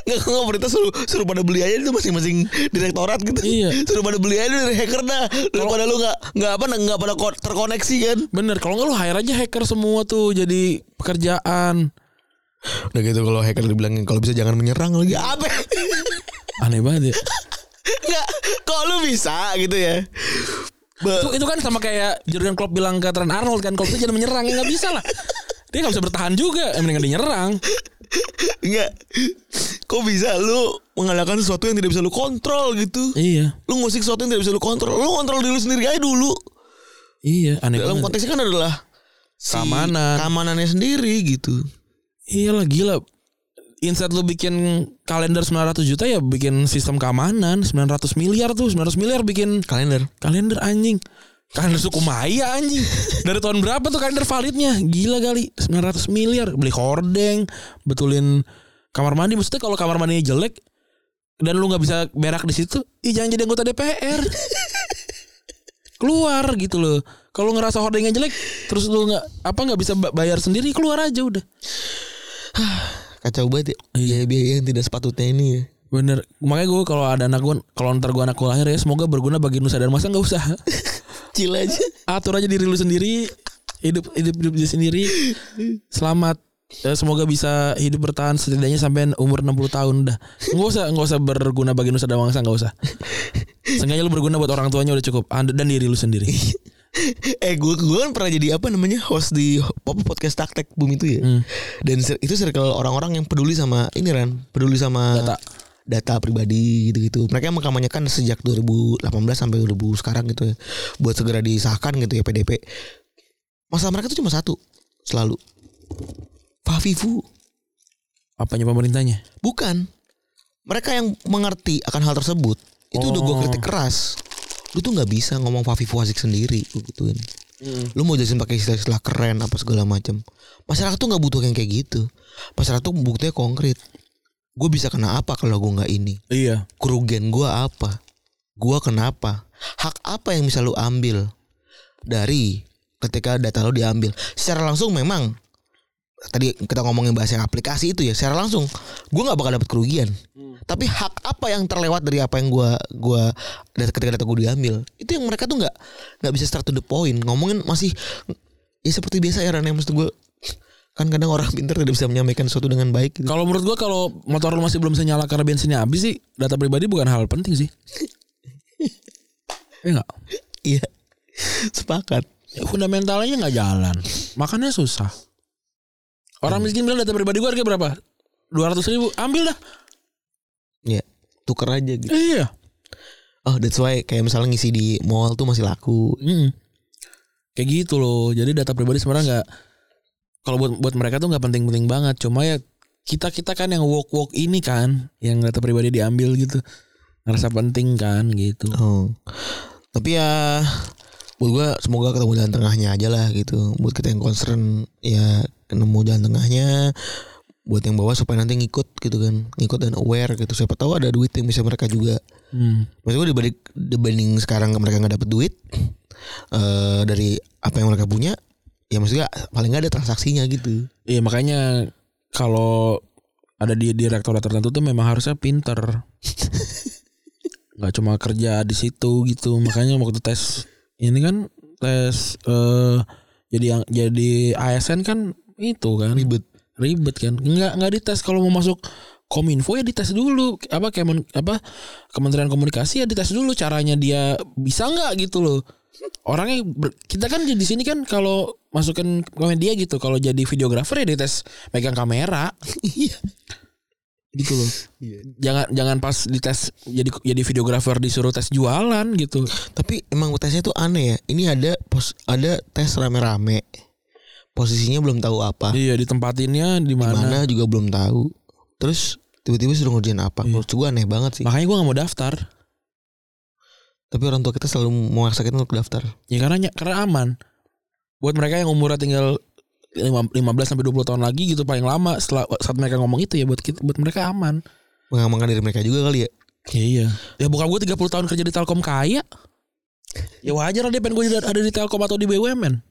Speaker 3: Nggak nggak pemerintah suruh suruh pada beli aja itu masing-masing direktorat gitu.
Speaker 2: Iya.
Speaker 3: Suruh pada beli aja dari hacker dah. Daripada lu nggak nggak apa nggak pada ko- terkoneksi kan.
Speaker 2: Bener, kalau nggak lu hire aja hacker semua tuh jadi pekerjaan.
Speaker 3: Udah gitu kalau hacker dibilangin kalau bisa jangan menyerang lagi apa?
Speaker 2: Aneh banget ya.
Speaker 3: Enggak, kok lu bisa gitu ya?
Speaker 2: Itu, itu kan sama kayak Jurgen Klopp bilang ke Trent Arnold kan kalau itu jangan menyerang ya nggak bisa lah. Dia nggak bisa bertahan juga, yang mendingan dinyerang.
Speaker 3: Enggak. Kok bisa lu mengadakan sesuatu yang tidak bisa lu kontrol gitu?
Speaker 2: Iya,
Speaker 3: Lu ngusik sesuatu yang tidak bisa lu kontrol. Lu kontrol diri lu sendiri aja dulu.
Speaker 2: iya, aneh
Speaker 3: Dalam
Speaker 2: banget.
Speaker 3: konteksnya kan adalah si
Speaker 2: Keamanan.
Speaker 3: Keamanannya sendiri gitu.
Speaker 2: Iya lah gila. Instead lu bikin kalender 900 juta ya bikin sistem keamanan 900 miliar tuh 900 miliar bikin
Speaker 3: Kalender.
Speaker 2: kalender anjing. Kalender suku Maya anjing. Dari tahun berapa tuh kalender validnya? Gila kali 900 miliar beli hordeng, betulin kamar mandi maksudnya kalau kamar mandinya jelek dan lu nggak bisa berak di situ, ih jangan jadi anggota DPR. keluar gitu loh. Kalau ngerasa hordengnya jelek, terus lu nggak apa nggak bisa ba- bayar sendiri keluar aja udah.
Speaker 3: Kacau banget ya. Biaya-biaya yang tidak sepatutnya ini ya.
Speaker 2: Bener, makanya gue kalau ada anak gue, kalau ntar gue anak gue lahir ya semoga berguna bagi nusa dan masa nggak usah.
Speaker 3: Cil aja.
Speaker 2: Atur aja diri lu sendiri, hidup hidup hidup dia sendiri. Selamat, Eh, semoga bisa hidup bertahan setidaknya sampai umur 60 tahun dah. Nggak usah nggak usah berguna bagi nusa dan mangsa nggak usah. Seenggaknya lu berguna buat orang tuanya udah cukup And- dan diri lu sendiri.
Speaker 3: eh gue gue kan pernah jadi apa namanya host di apa, podcast taktek boom itu ya dan sir- itu circle orang-orang yang peduli sama ini Ran peduli sama
Speaker 2: Data.
Speaker 3: data pribadi gitu-gitu mereka mengkampanyekan sejak 2018 sampai 2000 sekarang gitu ya buat segera disahkan gitu ya PDP masalah mereka tuh cuma satu selalu Fafifu
Speaker 2: Apanya pemerintahnya?
Speaker 3: bukan mereka yang mengerti akan hal tersebut itu udah gue
Speaker 2: Oh.
Speaker 3: kritik keras lu tuh nggak bisa ngomong Fafifu asik sendiri gua gituin lu mau jelasin pakai istilah-istilah keren apa segala macam masyarakat tuh nggak butuh yang kayak gitu masyarakat tuh butuhnya konkret gue bisa kena apa kalau gue nggak ini
Speaker 2: Iya.
Speaker 3: kerugian gue apa gue kenapa hak apa yang bisa lu ambil dari ketika data lu diambil secara langsung memang tadi kita ngomongin bahasa yang aplikasi itu ya secara langsung gue nggak bakal dapat kerugian tapi hak apa yang terlewat dari apa yang gue gua dat- ketika data gue diambil itu yang mereka tuh nggak nggak bisa start to the point ngomongin masih ya seperti biasa ya Ran, yang maksud gue kan kadang orang pintar tidak bisa menyampaikan sesuatu dengan baik gitu.
Speaker 2: Kalau menurut gua kalau motor lu masih belum bisa nyala karena bensinnya habis sih, data pribadi bukan hal penting sih. Iya nggak?
Speaker 3: iya sepakat
Speaker 2: Ya, fundamentalnya nggak jalan makanya susah orang miskin bilang data pribadi gue harga berapa dua ratus ribu ambil dah
Speaker 3: ya tuker aja gitu
Speaker 2: iya
Speaker 3: oh that's why kayak misalnya ngisi di mall tuh masih laku
Speaker 2: Mm. kayak gitu loh jadi data pribadi sebenarnya nggak kalau buat buat mereka tuh nggak penting-penting banget cuma ya kita kita kan yang walk walk ini kan yang data pribadi diambil gitu ngerasa penting kan gitu
Speaker 3: oh tapi ya buat gua semoga ketemu jalan tengahnya aja lah gitu buat kita yang concern ya nemu jalan tengahnya buat yang bawah supaya nanti ngikut gitu kan ngikut dan aware gitu siapa tahu ada duit yang bisa mereka juga
Speaker 2: Hmm.
Speaker 3: maksud gua dibanding dibanding sekarang mereka nggak dapet duit eh dari apa yang mereka punya ya maksudnya paling nggak ada transaksinya gitu
Speaker 2: iya makanya kalau ada di direktorat tertentu tuh memang harusnya pinter nggak cuma kerja di situ gitu makanya waktu tes ini kan tes eh jadi yang jadi ASN kan itu kan
Speaker 3: ribet
Speaker 2: ribet kan nggak nggak dites kalau mau masuk kominfo ya dites dulu apa kemen apa kementerian komunikasi ya dites dulu caranya dia bisa nggak gitu loh orangnya ber- kita kan di sini kan kalau masukin komedia gitu kalau jadi videografer ya dites megang kamera
Speaker 3: iya
Speaker 2: gitu loh jangan jangan pas dites jadi jadi videografer disuruh tes jualan gitu
Speaker 3: Tapi emang tesnya tuh aneh ya. Ini ada pos ada tes rame-rame. Posisinya belum tahu apa.
Speaker 2: iya ditempatinnya di mana
Speaker 3: Mana juga belum tahu. Terus tiba-tiba suruh ngerjain apa. Menurut gue aneh banget sih.
Speaker 2: makanya gua nggak mau daftar
Speaker 3: Tapi orang tua kita selalu memaksa kita untuk daftar.
Speaker 2: Ya karena ny- karena aman. Buat mereka yang umurnya tinggal lima- 15 sampai 20 tahun lagi gitu paling lama setelah saat mereka ngomong itu ya buat kita, buat mereka aman.
Speaker 3: Mengamankan diri mereka juga kali ya.
Speaker 2: Iya. Ya bukan gue 30 tahun kerja di Telkom kaya. Ya wajar lah dia pengen gue ada di Telkom atau di BUMN.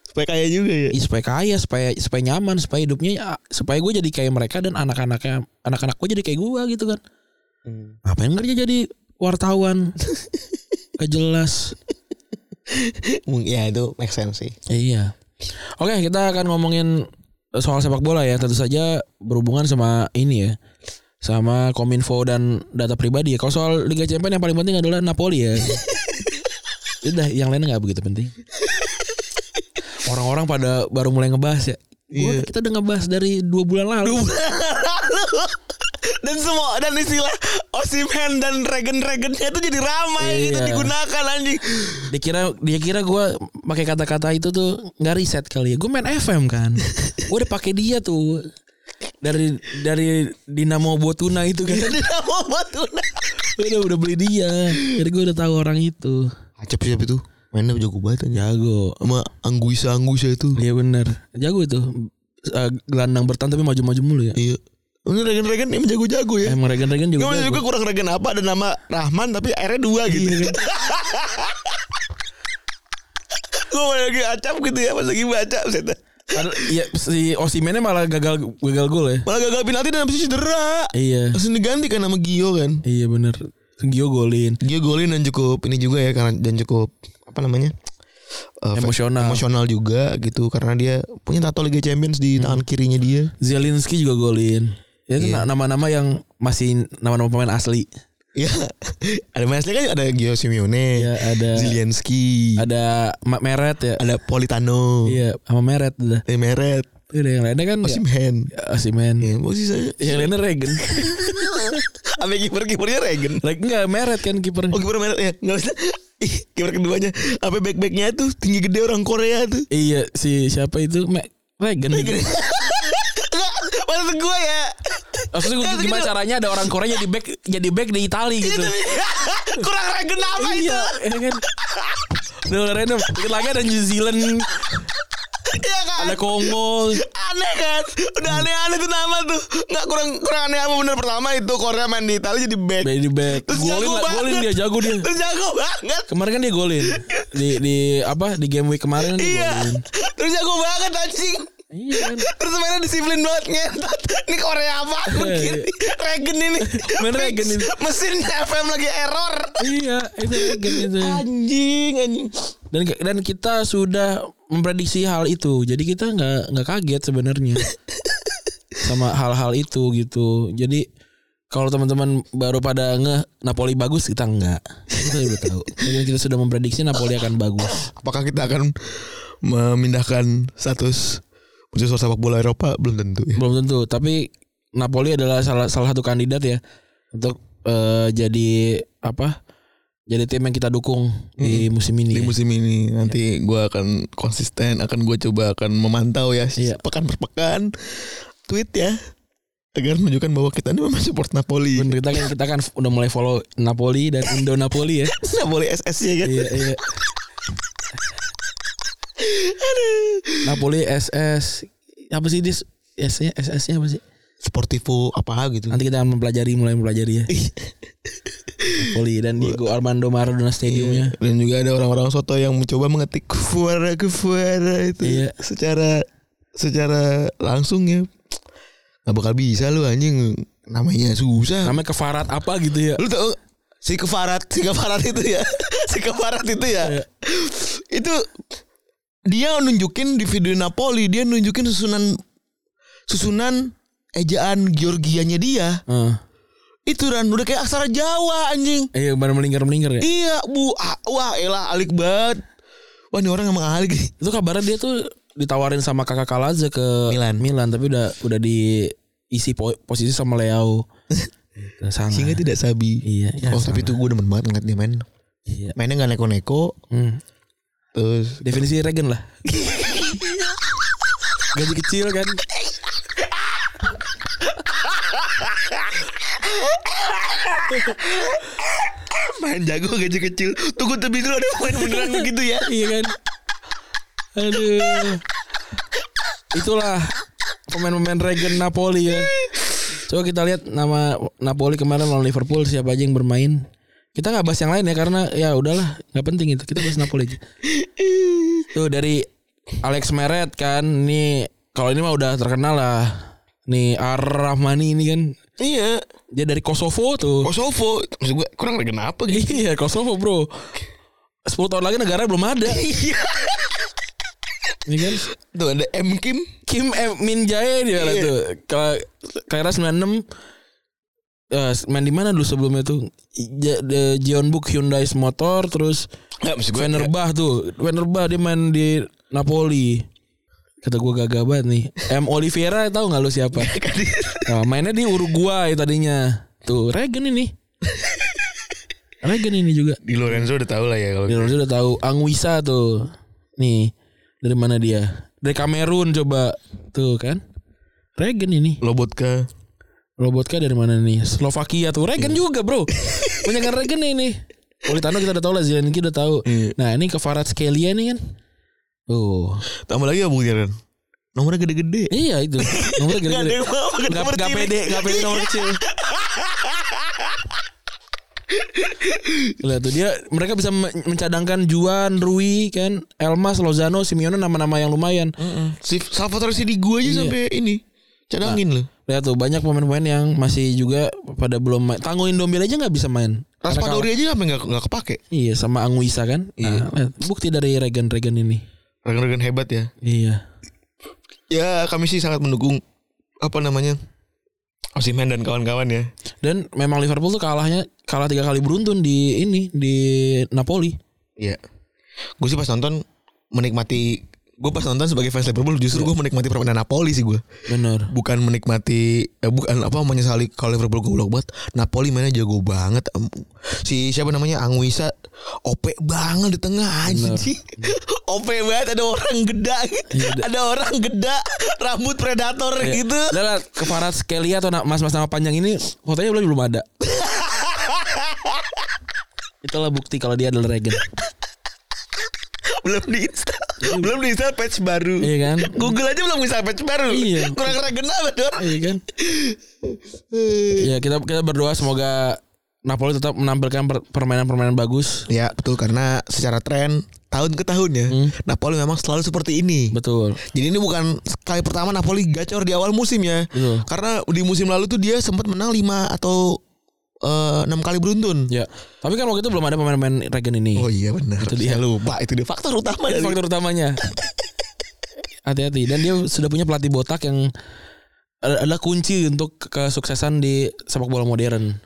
Speaker 3: supaya kaya juga ya
Speaker 2: Ya, supaya kaya, supaya supaya nyaman, supaya hidupnya ya, supaya gue jadi kayak mereka dan anak-anaknya, anak-anak gue jadi kayak gue gitu kan.
Speaker 3: Hmm.
Speaker 2: Ngapain kerja jadi wartawan? Gak jelas.
Speaker 3: Mungkin- ya itu make sense sih
Speaker 2: Ya, iya. Oke, kita akan ngomongin soal sepak bola ya. Tentu saja berhubungan sama ini ya. Sama Kominfo dan data pribadi ya. Kalau soal Liga Champions yang paling penting adalah Napoli ya. Udah, yang lainnya nggak begitu penting. Orang-orang pada baru mulai ngebahas ya. Gua- kita udah ngebahas dari dua bulan lalu.
Speaker 3: dan semua dan istilah Osimhen dan regen regennya itu jadi ramai gitu
Speaker 2: Iya.
Speaker 3: digunakan anjing
Speaker 2: Dia kira dia kira gue pakai kata-kata itu tuh nggak riset kali ya. Gue main FM kan. gue udah pakai dia tuh dari dari Dinamo Botuna itu kan.
Speaker 3: jadi nama batuna
Speaker 2: Gua udah udah beli dia. Jadi gue udah tahu orang itu.
Speaker 3: acap siap itu mainnya jago banget anjing
Speaker 2: Jago.
Speaker 3: sama angguisa angguisa itu
Speaker 2: Iya bener. Jago itu. Eh, gelandang bertahan tapi maju-maju mulu ya.
Speaker 3: iya ini regen regen emang jago jago ya
Speaker 2: Emang regen-regen juga.
Speaker 3: Gimana
Speaker 2: jago.
Speaker 3: juga kurang regen apa ada nama Rahman tapi akhirnya dua gitu. Gue lagi acap gitu ya pas lagi baca buset.
Speaker 2: Padahal, ya, si Osimene malah gagal gagal gol ya.
Speaker 3: Malah gagal penalti dan habis itu cedera.
Speaker 2: Iya.
Speaker 3: Langsung diganti kan sama Gio kan.
Speaker 2: Iya bener. Gio golin.
Speaker 3: Gio golin dan cukup ini juga ya karena dan cukup apa namanya? Eh,
Speaker 2: Emosional.
Speaker 3: emosional juga gitu karena dia punya tato Liga Champions di tangan kirinya dia.
Speaker 2: Zielinski juga golin. Ya itu nama-nama yang masih nama-nama pemain asli.
Speaker 3: Iya. ada Mesli kan ada Gio Simeone,
Speaker 2: Ya ada
Speaker 3: Zielinski, ada,
Speaker 2: ada Ma- Meret ya.
Speaker 3: Politano,
Speaker 2: Iya, sama Meret udah.
Speaker 3: ada Meret,
Speaker 2: Udah yang lainnya
Speaker 3: Oh,
Speaker 2: kan ya-
Speaker 3: Osimhen.
Speaker 2: Osimhen.
Speaker 3: Ya, posisi saya
Speaker 2: Yang lainnya Regen.
Speaker 3: Apa kiper kipernya Regen?
Speaker 2: Regen enggak Meret kan kipernya.
Speaker 3: Oh kiper merah ya nggak usah. Ih, kiper keduanya apa back backnya tuh tinggi gede orang Korea tuh.
Speaker 2: Iya si siapa itu Me Regen.
Speaker 3: Nggak, Maksud gue ya.
Speaker 2: Maksudnya gue gimana caranya ada orang Korea jadi back jadi back di Itali gitu.
Speaker 3: Iya, Kurang Regen apa itu?
Speaker 2: iya, ya kan. Udah random. Dikit lagi ada New Zealand,
Speaker 3: Iya kan?
Speaker 2: ada Kongo.
Speaker 3: Aneh kan? Udah aneh-aneh tuh nama tuh. Nggak kurang kurang aneh apa bener pertama itu Korea main di Italia jadi back.
Speaker 2: Jadi back.
Speaker 3: Terus
Speaker 2: Golin,
Speaker 3: jago
Speaker 2: lah,
Speaker 3: banget.
Speaker 2: golin dia jago dia.
Speaker 3: Terus jago banget.
Speaker 2: Kemarin kan dia golin di di apa di game week kemarin kan dia
Speaker 3: Iya.
Speaker 2: golin.
Speaker 3: Terus jago banget anjing.
Speaker 2: Iya kan.
Speaker 3: Terus mainnya disiplin banget ngentot. Ini Korea apa?
Speaker 2: Iya,
Speaker 3: Begini. Regen ini.
Speaker 2: Main Regen ini.
Speaker 3: Mesin FM lagi error.
Speaker 2: Iya, itu Regen itu.
Speaker 3: Ah, Anjing, anjing.
Speaker 2: Dan dan kita sudah memprediksi hal itu. Jadi kita nggak nggak kaget sebenarnya sama hal-hal itu gitu. Jadi kalau teman-teman baru pada ngeh Napoli bagus kita nggak. Kita udah tahu. Jadi kita sudah memprediksi Napoli akan bagus.
Speaker 3: Apakah kita akan memindahkan status khusus sepak bola Eropa belum tentu ya.
Speaker 2: Belum tentu, tapi Napoli adalah salah salah satu kandidat ya untuk eh, jadi apa? Jadi tim yang kita dukung di musim ini.
Speaker 3: Di
Speaker 2: ya.
Speaker 3: musim ini
Speaker 2: Iya.
Speaker 3: nanti gua akan konsisten, akan gue coba akan memantau ya
Speaker 2: Iya.
Speaker 3: pekan per pekan tweet ya agar menunjukkan bahwa kita ini memang support Napoli.
Speaker 2: Bener, kita kan kita kan udah mulai follow Napoli dan Indo Napoli ya.
Speaker 3: Napoli SS ya kan.
Speaker 2: iya iya. Napoli SS apa sih dis SS SS nya apa sih?
Speaker 3: Sportivo apa gitu.
Speaker 2: Nanti kita akan mempelajari mulai mempelajari ya. Napoli dan Diego Armando Maradona stadiumnya.
Speaker 3: Iya. Dan juga ada orang-orang soto yang mencoba mengetik kufuara kufuara itu
Speaker 2: Iya.
Speaker 3: secara secara langsung ya. Gak bakal bisa lu anjing namanya susah.
Speaker 2: Namanya kefarat apa gitu ya?
Speaker 3: Lu tau si kefarat, si kefarat itu ya. si kefarat itu ya. itu dia nunjukin di video Napoli, dia nunjukin susunan susunan ejaan Georgianya dia.
Speaker 2: Heeh.
Speaker 3: Itu Ran udah kayak aksara Jawa anjing.
Speaker 2: Eh, baru melingkar-melingkar ya.
Speaker 3: Iya bu Ah, Wah elah alik banget Wah ini orang emang alik nih.
Speaker 2: Itu kabarnya dia tuh ditawarin sama kakak Kalaze ke
Speaker 3: Milan.
Speaker 2: Milan tapi udah udah diisi po- posisi sama Leo. Gitu, Sangat.
Speaker 3: Sehingga tidak sabi
Speaker 2: Iya, ya,
Speaker 3: Oh tapi itu gue demen banget ngeliat dia main
Speaker 2: Iya.
Speaker 3: Mainnya gak neko-neko
Speaker 2: Hmm.
Speaker 3: Terus
Speaker 2: Definisi regen lah. Gaji kecil kan.
Speaker 3: Main jago gaji kecil Tunggu tapi dulu ada main beneran begitu ya
Speaker 2: Iya kan. Aduh. Itulah pemain-pemain regen Napoli ya. Coba kita lihat nama Napoli kemarin lawan Liverpool siapa aja yang bermain. Kita nggak bahas yang lain ya karena ya udahlah nggak penting itu. Kita bahas Napoli aja. Tuh dari Alex Meret kan nih kalau ini mah udah terkenal lah. Nih Ar Rahmani ini kan
Speaker 3: Iya.
Speaker 2: dia dari Kosovo tuh.
Speaker 3: Kosovo, Oh, maksud gue kurang lagi kenapa gitu.
Speaker 2: Iya Kosovo bro. 10 tahun lagi negara belum ada.
Speaker 3: Iya.
Speaker 2: Ini kan
Speaker 3: Tuh ada M Kim.
Speaker 2: Kim eh, Min Jae dia lah
Speaker 3: Iya.
Speaker 2: tuh. Kalau Kelahiran 96 eh main di mana dulu sebelumnya tuh? Ja- de- Jeonbuk Hyundai Motor terus
Speaker 3: Enggak maksud gue.
Speaker 2: Fenerbah tuh. Fenerbah dia main di Napoli. Kata gua gagah banget nih. M Oliveira tahu nggak lu siapa? Nah, mainnya di Uruguay tadinya. Tuh, Regen ini. Regen ini juga.
Speaker 3: Di Lorenzo udah tau lah ya kalau.
Speaker 2: Di Lorenzo udah tahu Angwisa tuh. Nih, dari mana dia? Dari Kamerun coba. Tuh kan. Regen ini.
Speaker 3: Lobotka.
Speaker 2: Robotka dari mana nih? Slovakia tuh. Regen
Speaker 3: Iya.
Speaker 2: juga, Bro. Punya Regen ini. Politano kita udah tahu lah Zelenski udah tahu.
Speaker 3: Iya.
Speaker 2: Nah, ini ke Farad Skelia nih kan. Tuh.
Speaker 3: Tambah lagi apa mungkin? Nomornya gede-gede.
Speaker 2: Iya itu. Nomornya
Speaker 3: Gak ada
Speaker 2: gede-gede.
Speaker 3: yang mau pakai
Speaker 2: Gak,
Speaker 3: nomor
Speaker 2: gak
Speaker 3: cilik.
Speaker 2: pede, gak pede nomor kecil. Lihat tuh dia mereka bisa me- mencadangkan Juan, Rui kan, Elmas, Lozano, Simeone nama-nama yang lumayan.
Speaker 3: Si Salvatore si di gua aja sampai ini. Cadangin loh.
Speaker 2: Lihat tuh banyak pemain-pemain yang masih juga pada belum main. Tango Indomil aja nggak bisa main. Karena kalah.
Speaker 3: Raspadori aja sampai nggak nggak kepake.
Speaker 2: Iya sama Anguissa kan. Nah, lihat, bukti dari Regen-Regen ini.
Speaker 3: Rekan-rekan hebat ya.
Speaker 2: Iya.
Speaker 3: Ya kami sih sangat mendukung apa namanya Osimen dan kawan-kawan ya.
Speaker 2: Dan memang Liverpool tuh kalahnya kalah tiga kali beruntun di ini di Napoli.
Speaker 3: Iya. Gue sih pas nonton menikmati gue pas nonton sebagai fans Liverpool justru gue menikmati permainan Napoli sih gue.
Speaker 2: Bener.
Speaker 3: Bukan menikmati eh, bukan apa menyesali kalau Liverpool goblok banget. Napoli mainnya jago banget. Em, Si siapa namanya Anguissa OP banget di tengah anjing. OP banget ada orang geda. gitu.
Speaker 2: Iya,
Speaker 3: ada orang geda rambut predator gitu.
Speaker 2: Udah Iya. lah ke Farad Skelia atau na- mas-mas nama panjang ini fotonya belum belum ada. Itulah bukti kalau dia adalah Regen.
Speaker 3: belum di install belum di install patch baru
Speaker 2: Iya kan?
Speaker 3: Google aja belum bisa patch baru
Speaker 2: Iya.
Speaker 3: kurang regen apa dor
Speaker 2: Iya kan? Iya kita kita berdoa semoga Napoli tetap menampilkan per- permainan-permainan bagus.
Speaker 3: ya betul karena secara tren tahun ke tahun ya Napoli memang selalu seperti ini
Speaker 2: Hmm. Betul.
Speaker 3: jadi ini bukan kali pertama Napoli gacor di awal musim ya
Speaker 2: Betul.
Speaker 3: karena di musim lalu tuh dia sempat menang 5 atau eh, enam kali beruntun
Speaker 2: Ya. Tapi kan waktu itu belum ada pemain-pemain Regen ini.
Speaker 3: oh iya benar
Speaker 2: Itu dia.
Speaker 3: Saya lupa itu dia faktor utama
Speaker 2: Itu
Speaker 3: dari
Speaker 2: faktor utamanya. Hati-hati dan dia sudah punya pelatih botak yang ad- adalah kunci untuk ke- kesuksesan di sepak bola modern.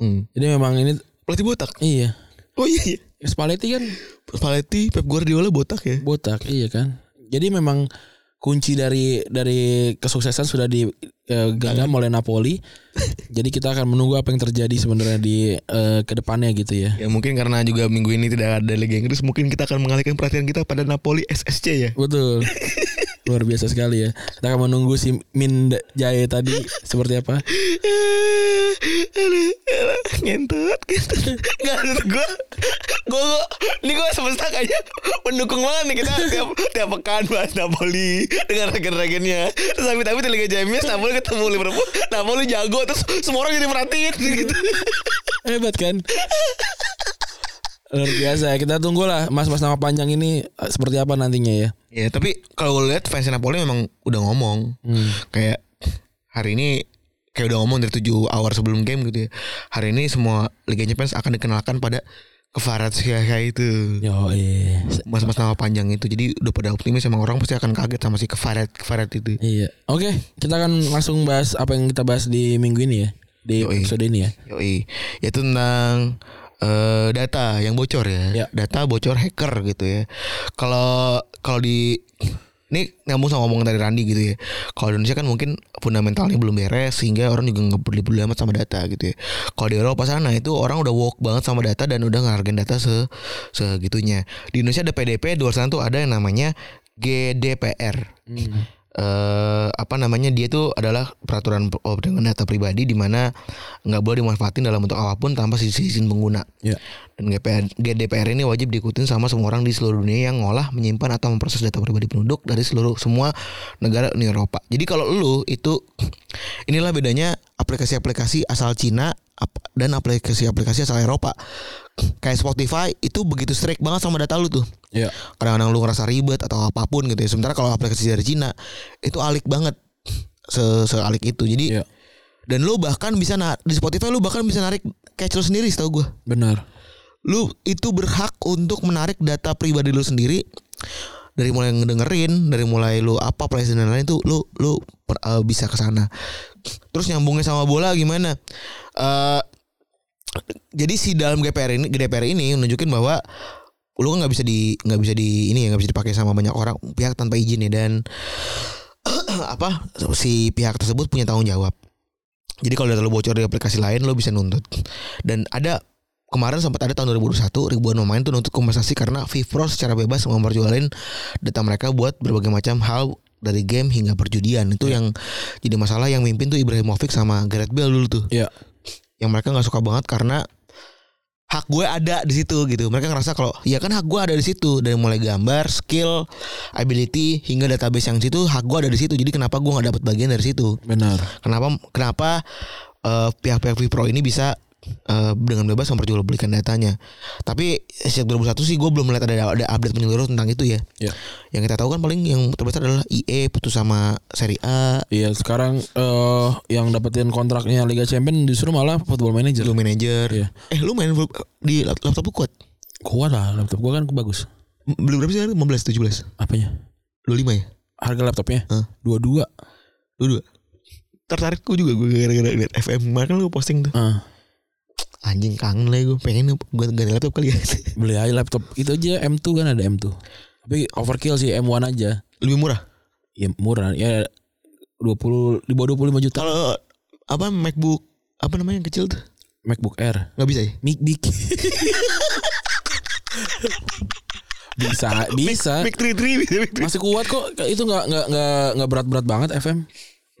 Speaker 3: Hmm.
Speaker 2: Jadi memang ini
Speaker 3: pelatih botak
Speaker 2: iya.
Speaker 3: oh iya, iya.
Speaker 2: Spalletti kan
Speaker 3: Spalletti Pep Guardiola botak ya
Speaker 2: botak, iya kan. Jadi memang kunci dari dari kesuksesan sudah digenggam oleh Napoli. Jadi kita akan menunggu apa yang terjadi sebenarnya di eh, kedepannya gitu ya.
Speaker 3: Ya mungkin karena juga minggu ini tidak ada Liga Inggris Mungkin kita akan mengalihkan perhatian kita pada Napoli SSC ya
Speaker 2: Betul. Luar biasa sekali ya. Kita akan menunggu si Min Jae tadi seperti apa.
Speaker 3: Aduh, elah, Ngentut ngentut. Nggak ada gue Gue Ini gue semesta kayaknya Mendukung banget nih kita Tiap, tiap pekan bahas Napoli Dengan regen-regennya Terus tapi-tapi di Liga Champions Napoli ketemu Liverpool Napoli jago Terus semua orang jadi merhatiin gitu
Speaker 2: Hebat kan? Luar biasa. Kita tunggulah mas-mas nama panjang ini eh, seperti apa nantinya ya.
Speaker 3: Ya tapi kalau lihat fans Napoli memang udah ngomong kayak hari ini kayak udah ngomong dari 7 hour sebelum game gitu ya. Hari ini semua Liga Champions akan dikenalkan pada kefarat kayak itu.
Speaker 2: Yo, iya.
Speaker 3: Mas-mas nama panjang itu jadi udah pada optimis emang orang pasti akan kaget sama si kefarat kefarat itu.
Speaker 2: Iya. Oke, kita akan langsung bahas apa yang kita bahas di minggu ini ya. Di
Speaker 3: Yoi.
Speaker 2: episode ini ya.
Speaker 3: Yoi, yaitu tentang eh, data yang bocor ya.
Speaker 2: Ya.
Speaker 3: Data bocor hacker gitu ya. Kalau kalau di ini nyambung sama omongan dari Randi gitu ya. Kalau Indonesia kan mungkin fundamentalnya belum beres sehingga orang juga nggak peduli peduli amat sama data gitu ya. Kalau di Eropa sana nah itu orang udah woke banget sama data dan udah ngehargain data se segitunya. Di Indonesia ada PDP, di luar sana tuh ada yang namanya GDPR eh apa namanya dia tuh adalah peraturan per- oh, dengan data pribadi di mana nggak boleh dimanfaatin dalam bentuk apapun tanpa sisi izin pengguna.
Speaker 2: Ya.
Speaker 3: Dan GPR, GDPR ini wajib diikutin sama semua orang di seluruh dunia yang ngolah, menyimpan atau memproses data pribadi penduduk dari seluruh semua negara Uni Eropa. Jadi kalau lu itu inilah bedanya aplikasi-aplikasi asal Cina ap- dan aplikasi-aplikasi asal Eropa kayak Spotify itu begitu strict banget sama data lu tuh
Speaker 2: Iya.
Speaker 3: kadang-kadang lu ngerasa ribet atau apapun gitu ya sementara kalau aplikasi dari Cina itu alik banget se sealik itu jadi
Speaker 2: Iya.
Speaker 3: dan lu bahkan bisa na- di Spotify lu bahkan bisa narik catch lu sendiri setahu gua
Speaker 2: Benar.
Speaker 3: lu itu berhak untuk menarik data pribadi lu sendiri dari mulai ngedengerin dari mulai lu apa playlist dan lain itu lu lu per- eh, bisa ke sana terus nyambungnya sama bola gimana Eh jadi si dalam GPR ini GDPR ini menunjukin bahwa lu kan nggak bisa di nggak bisa di ini ya nggak bisa dipakai sama banyak orang pihak tanpa izin ya dan apa si pihak tersebut punya tanggung jawab jadi kalau data lu bocor di aplikasi lain lu bisa nuntut dan ada kemarin sempat ada tahun 2021 ribuan pemain tuh nuntut kompensasi karena FIFA secara bebas memperjualin data mereka buat berbagai macam hal dari game hingga perjudian itu yang jadi masalah yang mimpin tuh Ibrahimovic sama Gareth Bale dulu tuh
Speaker 2: Iya.
Speaker 3: yang mereka nggak suka banget karena hak gue ada di situ gitu. Mereka ngerasa kalau ya kan hak gue ada di situ dari mulai gambar, skill, ability hingga database yang situ hak gue ada di situ. Jadi kenapa gue nggak dapat bagian dari situ?
Speaker 2: Benar.
Speaker 3: Kenapa kenapa eh, pihak-pihak Vipro ini bisa eh, dengan bebas memperjualbelikan datanya? Tapi sejak 2001 sih gue belum melihat ada, ada update menyeluruh tentang itu ya.
Speaker 2: Iya.
Speaker 3: Yang kita tahu kan paling yang terbesar adalah IE putus sama Serie A,
Speaker 2: Iya, sekarang eh yang dapetin kontraknya Liga Champion justru malah Football Manager.
Speaker 3: lu manager.
Speaker 2: Iya.
Speaker 3: Eh lu main full- di lap- laptop lu kuat?
Speaker 2: Kuat lah laptop gua kan bagus.
Speaker 3: Beli berapa sih? 15, 17?
Speaker 2: Apanya?
Speaker 3: 25 ya?
Speaker 2: Harga laptopnya?
Speaker 3: Hah?
Speaker 2: Dua-dua.
Speaker 3: Lu dua. Tertarik gue juga gue gara-gara liat FM kemarin kan lu posting tuh.
Speaker 2: Eh,
Speaker 3: Anjing kangen lah gue pengen gue ganti laptop kali ya.
Speaker 2: beli aja laptop itu aja M2 kan ada M2. Tapi overkill sih M1 aja.
Speaker 3: Lebih murah.
Speaker 2: Ya murah ya 20 di bawah 25 juta
Speaker 3: Kalau apa MacBook apa namanya yang kecil tuh?
Speaker 2: MacBook Air.
Speaker 3: Gak bisa ya?
Speaker 2: Mic dik. bisa, bisa.
Speaker 3: Big 33 bisa Big
Speaker 2: Masih kuat kok. Itu nggak nggak nggak nggak berat-berat banget FM.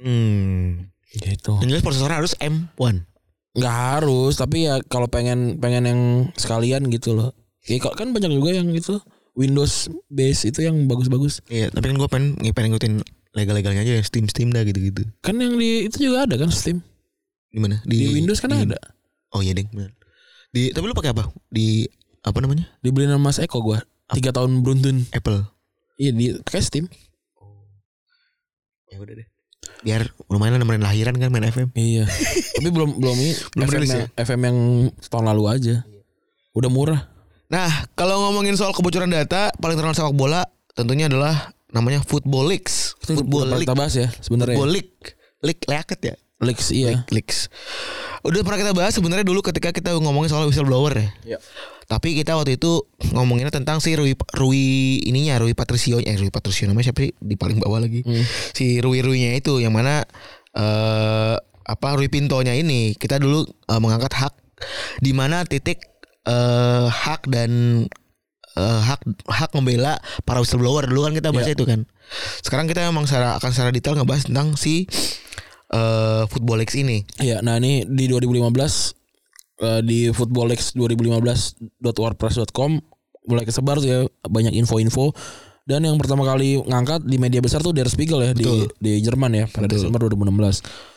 Speaker 3: Hmm.
Speaker 2: Gitu.
Speaker 3: Yang jelas prosesornya harus M1.
Speaker 2: nggak harus tapi ya kalau pengen pengen yang sekalian gitu loh ya kalau kan banyak juga yang itu Windows base itu yang bagus-bagus
Speaker 3: Iya, tapi kan gue pengen, pengen ngikutin legal-legalnya aja ya Steam-Steam dah gitu-gitu.
Speaker 2: kan yang di itu juga ada kan Steam
Speaker 3: Gimana?
Speaker 2: di, Windows kan
Speaker 3: di-
Speaker 2: ada
Speaker 3: Oh iya deh, bener. Di tapi lu pakai apa? Di apa namanya?
Speaker 2: dibeli nama Mas Eko gua tiga tahun beruntun
Speaker 3: Apple.
Speaker 2: iya di pakai Steam
Speaker 3: Ya udah deh. Biar lumayan lah nemenin lahiran kan main FM.
Speaker 2: iya tapi belum belum ini
Speaker 3: Belum
Speaker 2: FM,
Speaker 3: rilis ya?
Speaker 2: yang, FM yang tahun lalu aja udah murah
Speaker 3: Nah, kalau ngomongin soal kebocoran data, paling terkenal sepak bola tentunya adalah namanya Football Leaks.
Speaker 2: itu
Speaker 3: Football
Speaker 2: udah
Speaker 3: League.
Speaker 2: kita bahas ya sebenarnya
Speaker 3: Football League. Leak leaket ya?
Speaker 2: Leaks iya
Speaker 3: Leak- Leaks. Udah pernah kita bahas sebenarnya dulu ketika kita ngomongin soal whistleblower ya.
Speaker 2: Iya.
Speaker 3: Tapi kita waktu itu ngomonginnya tentang si Rui Rui ininya Rui Patricio eh Rui Patricio namanya siapa sih di paling bawah lagi.
Speaker 2: Hmm.
Speaker 3: Si Rui Ruinya itu yang mana eh apa Rui Pintonya ini kita dulu eh, mengangkat hak di mana titik eh hak dan eh, hak hak membela para whistleblower dulu kan kita bahas
Speaker 2: Iya.
Speaker 3: itu kan. Sekarang kita memang secara akan secara detail ngebahas tentang si eh Football Leagues ini.
Speaker 2: Iya, nah ini di 2015 eh, di footballleaks2015.wordpress.com mulai kesebar tuh ya banyak info-info dan yang pertama kali ngangkat di media besar tuh Der Spiegel ya
Speaker 3: Betul.
Speaker 2: di di Jerman ya pada
Speaker 3: Betul.
Speaker 2: Desember 2016.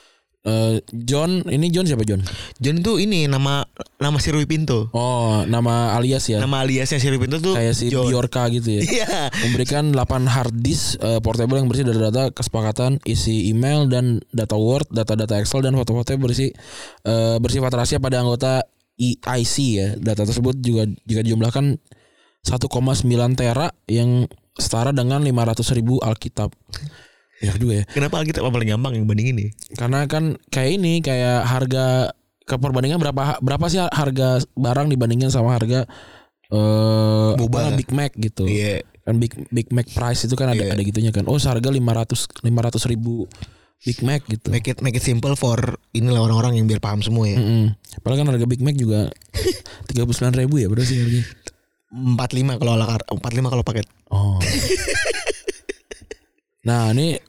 Speaker 2: Eh, John, ini John siapa John?
Speaker 3: John itu ini nama nama si Rui Pinto.
Speaker 2: Oh, nama alias ya.
Speaker 3: Nama aliasnya si Rui Pinto tuh
Speaker 2: Kayak si
Speaker 3: John.
Speaker 2: Bjorka gitu ya.
Speaker 3: Iya.
Speaker 2: Memberikan 8 hard disk eh, portable yang berisi data-data kesepakatan, isi email dan data Word, data-data Excel dan foto-foto yang berisi eh, bersifat rahasia pada anggota EIC ya. Data tersebut juga jika dijumlahkan 1,9 tera yang setara dengan 500 ribu Alkitab. Ya juga ya.
Speaker 3: Kenapa kita paling gampang yang bandingin nih?
Speaker 2: Karena kan kayak ini kayak harga keperbandingan berapa berapa sih harga barang dibandingin sama harga eh
Speaker 3: Boba.
Speaker 2: apa, Big Mac gitu
Speaker 3: Iya.
Speaker 2: kan Big Big Mac price itu kan ada
Speaker 3: Iya.
Speaker 2: ada gitunya kan oh seharga 500 500 ribu Big Mac iya. gitu
Speaker 3: Make it make it simple for inilah orang-orang yang biar paham semua ya.
Speaker 2: Mm-mm. padahal kan harga Big Mac juga 39 ribu ya berapa sih harganya Hmm.
Speaker 3: 45 kalau ala kar- 45 kalau paket.
Speaker 2: oh nah ini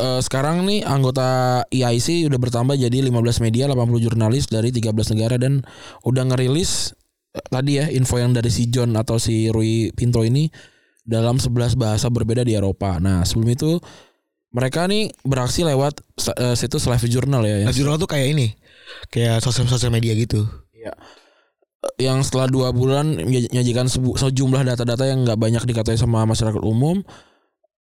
Speaker 2: eh, sekarang nih anggota EIC udah bertambah jadi 15 media 80 jurnalis dari 13 negara dan udah ngerilis eh, tadi ya info yang dari si John atau si Rui Pinto ini dalam 11 bahasa berbeda di Eropa. Nah, sebelum itu mereka nih beraksi lewat eh, situs Live Journal ya. yang
Speaker 3: Nah, jurnal tuh kayak ini. kayak sosial-sosial media gitu.
Speaker 2: yang setelah dua bulan menyaji- menyajikan sebu- sejumlah data-data yang nggak banyak diketahui sama masyarakat umum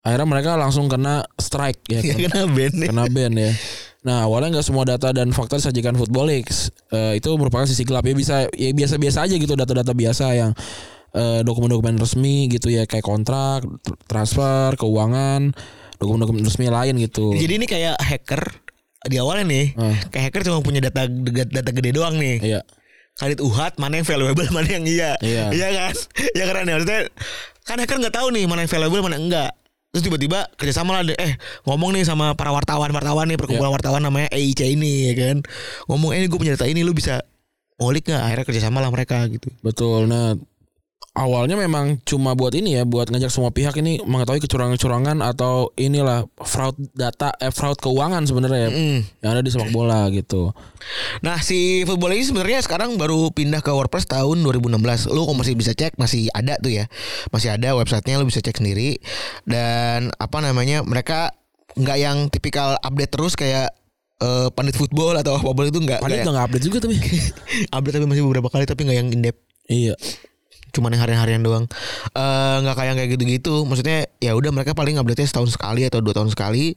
Speaker 2: akhirnya mereka langsung kena strike ya kena,
Speaker 3: Ya kena band nih.
Speaker 2: kena ban ya nah awalnya nggak semua data dan fakta disajikan Football Leaks Eh, itu merupakan sisi gelap ya bisa ya biasa-biasa aja gitu data-data biasa yang eh, dokumen-dokumen resmi gitu ya kayak kontrak tr- transfer keuangan dokumen-dokumen resmi lain gitu
Speaker 3: Jadi ini kayak hacker di awalnya nih.
Speaker 2: Ah.
Speaker 3: Kayak hacker cuma punya data data gede doang nih.
Speaker 2: iya
Speaker 3: Kadit uhat mana yang valuable mana yang iya.
Speaker 2: Iya.
Speaker 3: kan? Ya keren ya maksudnya kan hacker nggak tahu nih mana yang valuable mana enggak. Terus tiba-tiba kerjasama lah ada- eh ngomong nih sama para wartawan wartawan nih perkumpulan wartawan namanya EIC ini ya kan. Ngomong eh gue punya data ini lu bisa ngulik nggak? Akhirnya kerjasama lah mereka gitu.
Speaker 2: Betul. Nah, awalnya memang cuma buat ini ya, buat ngajak semua pihak ini mengetahui kecurangan-kecurangan atau inilah fraud data, eh, fraud keuangan sebenarnya ya,
Speaker 3: Mm.
Speaker 2: yang ada di sepak bola gitu.
Speaker 3: Nah si football ini sebenarnya sekarang baru pindah ke WordPress tahun 2016. Lu kok masih bisa cek masih ada tuh ya, masih ada websitenya lu bisa cek sendiri. Dan apa namanya mereka nggak yang tipikal update terus kayak eh, pandit football atau apa itu nggak.
Speaker 2: Padahal
Speaker 3: nggak
Speaker 2: udah nggak update juga tapi.
Speaker 3: ya. update tapi masih beberapa kali tapi nggak yang in depth
Speaker 2: iya.
Speaker 3: cuman yang harian-harian doang Eh, nggak kayak kayak gitu-gitu maksudnya ya udah mereka paling update nya setahun sekali atau dua tahun sekali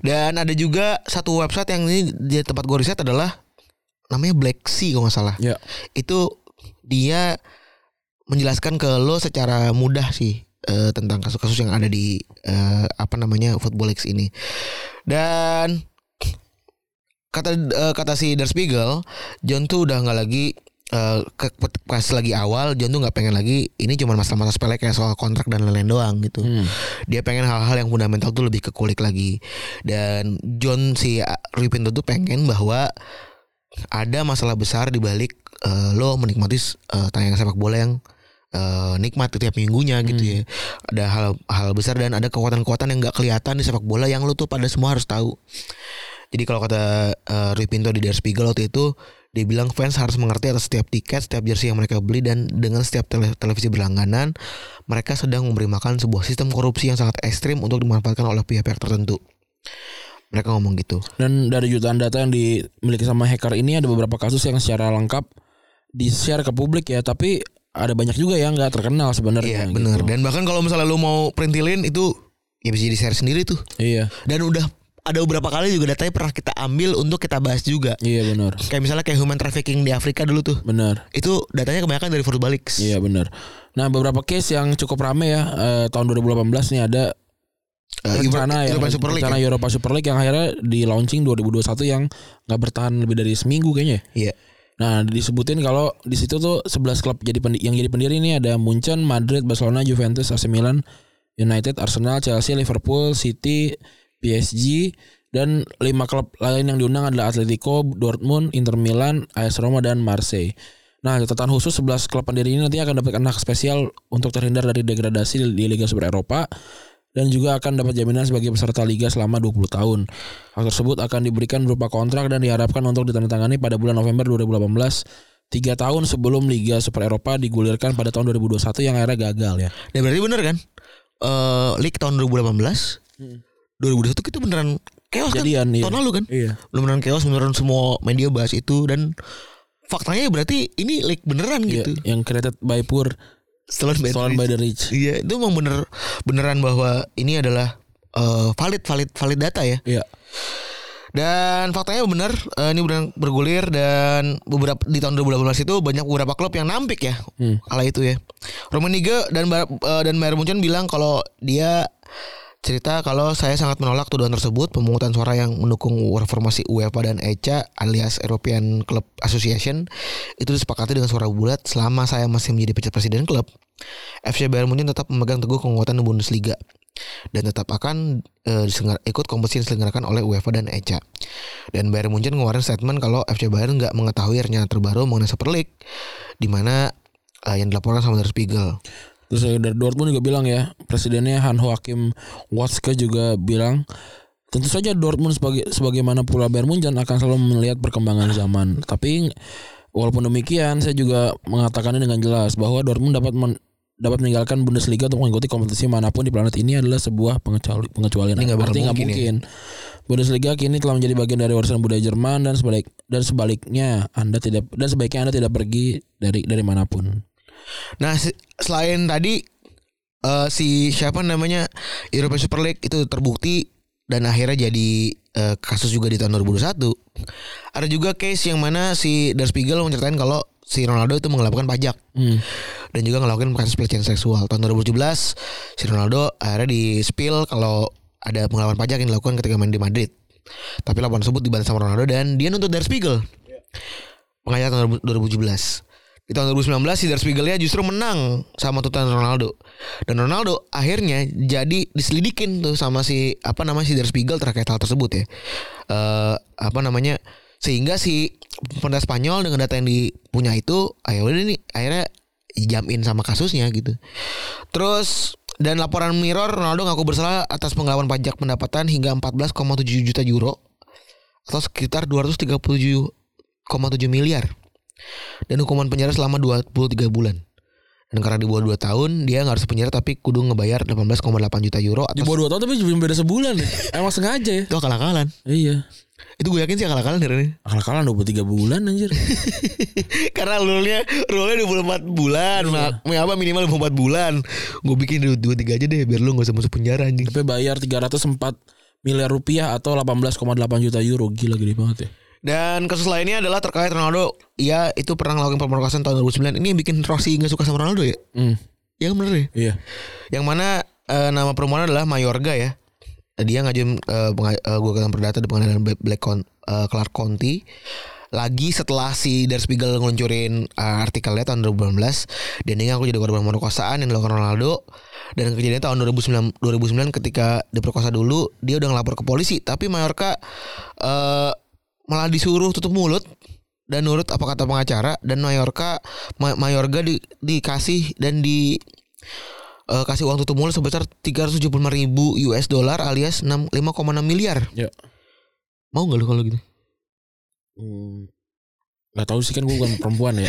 Speaker 3: dan ada juga satu website yang ini di tempat gue riset adalah namanya Black Sea kalau nggak salah
Speaker 2: Iya.
Speaker 3: itu dia menjelaskan ke lo secara mudah sih eh, tentang kasus-kasus yang ada di eh, apa namanya football leagues ini dan kata eh, kata si Der Spiegel John tuh udah nggak lagi eh, ke ke- pas lagi awal John tuh nggak pengen lagi ini cuma masalah-masalah sepele kayak soal kontrak dan lain-lain doang gitu
Speaker 2: Hmm.
Speaker 3: dia pengen hal-hal yang fundamental tuh lebih ke kulik lagi dan John si uh, Ripinto tuh pengen bahwa ada masalah besar di balik uh, lo menikmati uh, tayangan sepak bola yang uh, nikmat tiap minggunya gitu ya ada hal-hal besar dan ada kekuatan-kekuatan yang nggak kelihatan di sepak bola yang lo tuh pada semua harus tahu jadi kalau kata uh, Rui Pinto di Der Spiegel waktu itu dia bilang fans harus mengerti atas setiap tiket, setiap jersey yang mereka beli dan dengan setiap tele- televisi berlangganan mereka sedang memberi makan sebuah sistem korupsi yang sangat ekstrim untuk dimanfaatkan oleh pihak-pihak tertentu. Mereka ngomong gitu.
Speaker 2: Dan dari jutaan data yang dimiliki sama hacker ini ada beberapa kasus yang secara lengkap di-share ke publik ya, tapi ada banyak juga yang nggak terkenal
Speaker 3: Iya
Speaker 2: sebenarnya. gitu.
Speaker 3: benar. Dan bahkan kalau misalnya lu mau printilin itu ya bisa di share sendiri tuh.
Speaker 2: Iya.
Speaker 3: Dan udah ada beberapa kali juga datanya pernah kita ambil untuk kita bahas juga.
Speaker 2: Iya benar.
Speaker 3: Kayak misalnya kayak human trafficking di Afrika dulu tuh.
Speaker 2: Benar.
Speaker 3: Itu datanya kebanyakan dari Eh, Football Leaks.
Speaker 2: Iya benar. Nah beberapa case yang cukup rame ya eh, tahun 2018 nih ada
Speaker 3: Eh,
Speaker 2: rencana yang
Speaker 3: European Super League
Speaker 2: rencana
Speaker 3: ya?
Speaker 2: Europa Super League yang akhirnya di launching 2021 yang nggak bertahan lebih dari seminggu kayaknya. ya.
Speaker 3: Iya.
Speaker 2: Nah disebutin kalau di situ tuh 11 klub jadi pendi- yang jadi pendiri ini ada Munchen, Madrid, Barcelona, Juventus, AC Milan, United, Arsenal, Chelsea, Liverpool, City, PSG dan lima klub lain yang diundang adalah Atletico, Dortmund, Inter Milan, AS Roma dan Marseille. Nah, catatan khusus 11 klub pendiri ini nanti akan dapat anak spesial untuk terhindar dari degradasi di- di Liga Super Eropa dan juga akan dapat jaminan sebagai peserta liga selama 20 tahun. Hal tersebut akan diberikan berupa kontrak dan diharapkan untuk ditandatangani pada bulan November 2018 tiga tahun sebelum Liga Super Eropa digulirkan pada tahun 2021 yang akhirnya gagal ya.
Speaker 3: Dan berarti bener kan? Eh League tahun 2018 Hmm. 2021 kita beneran chaos kan?
Speaker 2: Jadian, iya.
Speaker 3: Tahun lalu kan?
Speaker 2: Iya.
Speaker 3: Beneran chaos beneran semua media bahas itu dan faktanya berarti ini league beneran gitu.
Speaker 2: Iya, Yang created by poor,
Speaker 3: Stolen by
Speaker 2: stolen by the rich.
Speaker 3: Iya, itu emang bener beneran bahwa ini adalah eh, valid valid valid data ya.
Speaker 2: Iya.
Speaker 3: Dan faktanya bener eh, ini benar bergulir dan beberapa di tahun 2018 itu banyak beberapa klub yang nampik ya kala itu ya. Rummenigge dan Bar- eh, dan Bayern Munchen bilang kalau dia cerita kalau saya sangat menolak tuduhan tersebut pemungutan suara yang mendukung reformasi UEFA dan ECA alias European Club Association itu disepakati dengan suara bulat selama saya masih menjadi presiden klub FC Bayern Munchen tetap memegang teguh kekuatan di Bundesliga dan tetap akan eh, diselenggara- ikut kompetisi yang diselenggarakan oleh UEFA dan ECA. Dan Bayern Munchen ngeluarin statement kalau FC Bayern nggak mengetahui rencana terbaru mengenai Super League, di mana eh, yang dilaporkan sama Der Spiegel.
Speaker 2: Terus dari Dortmund juga bilang ya, presidennya Hanho Hakim Watzke juga bilang tentu saja Dortmund sebagai sebagaimana pula Bayern Munchen akan selalu melihat perkembangan zaman. Tapi walaupun demikian saya juga mengatakannya dengan jelas bahwa Dortmund dapat men- dapat meninggalkan Bundesliga untuk mengikuti kompetisi manapun di planet ini adalah sebuah pengecuali pengecualian.
Speaker 3: Ini nggak ya. bakal
Speaker 2: Artinya nggak
Speaker 3: mungkin
Speaker 2: mungkin. Bundesliga kini telah menjadi bagian dari warisan budaya Jerman dan sebalik dan sebaliknya Anda tidak dan sebaiknya Anda tidak pergi dari dari manapun.
Speaker 3: Nah, se- selain tadi eh, si siapa namanya European Super League itu terbukti dan akhirnya jadi eh, kasus juga di tahun 2021. Ada juga case yang mana si Der Spiegel menceritain kalau si Ronaldo itu menggelapkan pajak
Speaker 2: Hmm.
Speaker 3: dan juga ngelakuin kasus pelecehan seksual. Tahun 2017 si Ronaldo akhirnya di spill kalau ada penggelapan pajak yang dilakukan ketika main di Madrid. Tapi laporan tersebut dibalas sama Ronaldo dan dia nuntut Der Spiegel. Makanya tahun 2017. Di tahun 2019 si Der Spiegelnya justru menang sama tuntutan Ronaldo. Dan Ronaldo akhirnya jadi diselidikin tuh sama si apa namanya si Der Spiegel terkait hal tersebut ya. Eh apa namanya sehingga si pemerintah Spanyol dengan data yang dipunya itu ayo udah nih akhirnya jamin sama kasusnya gitu. Terus dan laporan Mirror Ronaldo ngaku bersalah atas penggelapan pajak pendapatan hingga 14,7 juta euro atau sekitar 237,7 miliar dan hukuman penjara selama 23 bulan. Dan karena di bawah 2 tahun dia nggak harus penjara tapi kudu ngebayar 18,8 juta euro
Speaker 2: Di
Speaker 3: atau
Speaker 2: bawah dua tahun tapi belum beda sebulan. Emang sengaja ya?
Speaker 3: itu akal-akalan.
Speaker 2: Iya.
Speaker 3: Itu gue yakin sih akal-akalan dari ini.
Speaker 2: Akal-akalan 23 bulan anjir.
Speaker 3: Karena rule-nya rule-nya 24 bulan, ma- ya apa minimal 24 bulan. Gue bikin 23 aja deh biar lu nggak usah masuk penjara anjing.
Speaker 2: Tapi bayar 304 miliar rupiah atau 18,8 juta euro. Gila gede banget ya.
Speaker 3: Dan kasus lainnya adalah terkait Ronaldo. Ia itu pernah ngelakuin pemerkosaan tahun 2009. Ini yang bikin Rossi nggak suka sama Ronaldo ya?
Speaker 2: Hmm.
Speaker 3: Ya kan bener ya?
Speaker 2: Iya.
Speaker 3: Yang mana eh, nama perempuan adalah Mayorga ya. Dia ngajuin eh, penga- eh, gugatan perdata di pengadilan Black Black Con- eh, Clark County. Lagi setelah si Der Spiegel ngeluncurin eh, artikelnya tahun 2018 dan dia ngaku jadi korban pemerkosaan yang dilakukan Ronaldo dan kejadian tahun 2009 2009 ketika diperkosa dulu dia udah ngelapor ke polisi tapi Mayorga eh, malah disuruh tutup mulut dan nurut apa kata pengacara dan Mayorga Ma- Mayorga di- dikasih dan di eh, kasih uang tutup mulut sebesar 375 ribu US dollar alias 6 5,6 miliar.
Speaker 2: Ya.
Speaker 3: Mau nggak lu kalau gitu?
Speaker 2: Hmm. Gak tahu sih kan gue bukan perempuan ya.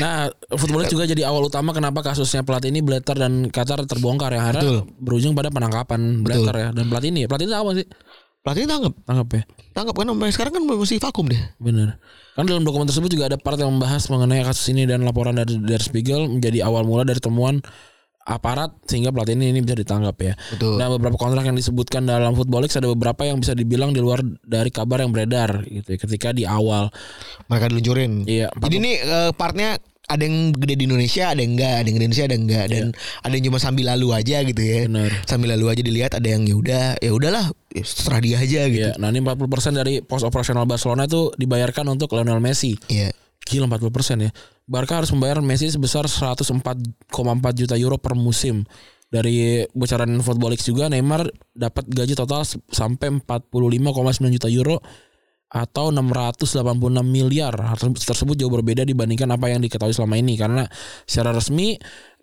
Speaker 2: Nah, football juga jadi awal utama kenapa kasusnya pelatih ini Blatter dan Qatar terbongkar ya. Akhirnya berujung pada penangkapan
Speaker 3: Betul.
Speaker 2: Blatter ya dan pelatih ini. Pelatih itu apa sih?
Speaker 3: Pelatih tanggap,
Speaker 2: Tangkap ya.
Speaker 3: tanggap kan sampai sekarang kan masih vakum deh.
Speaker 2: Bener. Kan dalam dokumen tersebut juga ada part yang membahas mengenai kasus ini dan laporan dari Der Spiegel menjadi awal mula dari temuan aparat sehingga pelatih ini, ini bisa ditangkap ya.
Speaker 3: Betul.
Speaker 2: Nah beberapa kontrak yang disebutkan dalam Football Leaks ada beberapa yang bisa dibilang di luar dari kabar yang beredar gitu ya, ketika di awal.
Speaker 3: Mereka diluncurin.
Speaker 2: Iya.
Speaker 3: Jadi ini eh, partnya ada yang gede di Indonesia, ada yang enggak, ada yang gede di Indonesia, ada yang enggak,
Speaker 2: Iya.
Speaker 3: dan ada yang cuma sambil lalu aja gitu ya.
Speaker 2: Bener.
Speaker 3: Sambil lalu aja dilihat ada yang ya udah, ya udahlah, ya serah dia aja gitu.
Speaker 2: Iya, nah ini 40% dari pos operasional Barcelona itu dibayarkan untuk Lionel Messi.
Speaker 3: Iya.
Speaker 2: Gila 40% ya. Barca harus membayar Messi sebesar 104,4 juta euro per musim. Dari bocoran Football Leaks juga Neymar dapat gaji total s- sampai 45,9 juta euro atau 686 miliar. Hal terse- tersebut jauh berbeda dibandingkan apa yang diketahui selama ini karena secara resmi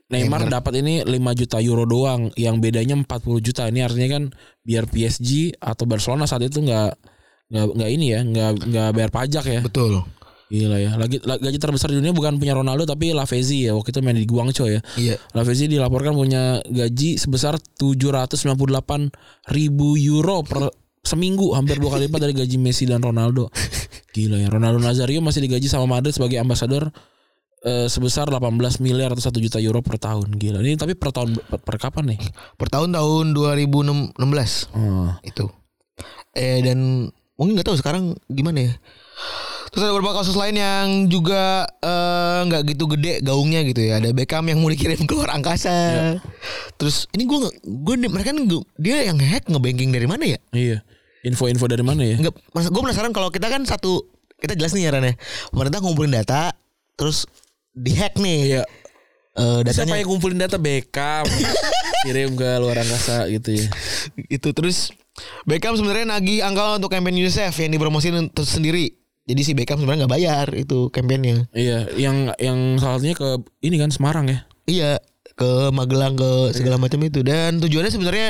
Speaker 2: Neymar dapat ini 5 juta euro doang yang bedanya 40 juta. Ini artinya kan biar PSG atau Barcelona saat itu nggak nggak nggak ini ya, nggak nggak bayar pajak ya.
Speaker 3: Betul.
Speaker 2: Gila ya. Lagi la- gaji terbesar di dunia bukan punya Ronaldo tapi Lavezzi ya. Waktu itu main di Guangzhou ya.
Speaker 3: Iya.
Speaker 2: Lavezzi dilaporkan punya gaji sebesar 798 ribu euro per seminggu hampir dua kali lipat dari gaji Messi dan Ronaldo. Gila ya. Ronaldo Nazario masih digaji sama Madrid sebagai ambasador eh, sebesar 18 miliar atau 1 juta euro per tahun. Gila. Ini tapi per tahun per, per kapan nih?
Speaker 3: per tahun tahun 2016
Speaker 2: Oh.
Speaker 3: itu eh dan mungkin nggak tahu sekarang gimana ya terus ada beberapa kasus lain yang juga eh, nggak gitu gede gaungnya gitu ya ada Beckham yang mau dikirim keluar
Speaker 2: Iya.
Speaker 3: angkasa terus ini gue gue mereka kan nge- dia yang hack ngebanking dari mana ya
Speaker 2: Iya. Info-info dari mana ya?
Speaker 3: nggak mas gue penasaran kalau kita kan satu kita jelas nih ya Ran ya pemerintah ngumpulin data terus dihack nih
Speaker 2: Iya.
Speaker 3: Eh,
Speaker 2: Siapa
Speaker 3: datanya
Speaker 2: yang ngumpulin data Beckham? Kirim ke luar angkasa gitu ya.
Speaker 3: itu terus Beckham sebenarnya nagih angka untuk campaign UNICEF yang dipromosiin terus sendiri. Jadi si Beckham sebenarnya nggak bayar itu kampanyenya.
Speaker 2: Iya, yang yang salah satunya ke ini kan Semarang ya.
Speaker 3: Iya ke Magelang
Speaker 2: Iya.
Speaker 3: ke segala macam itu dan tujuannya sebenarnya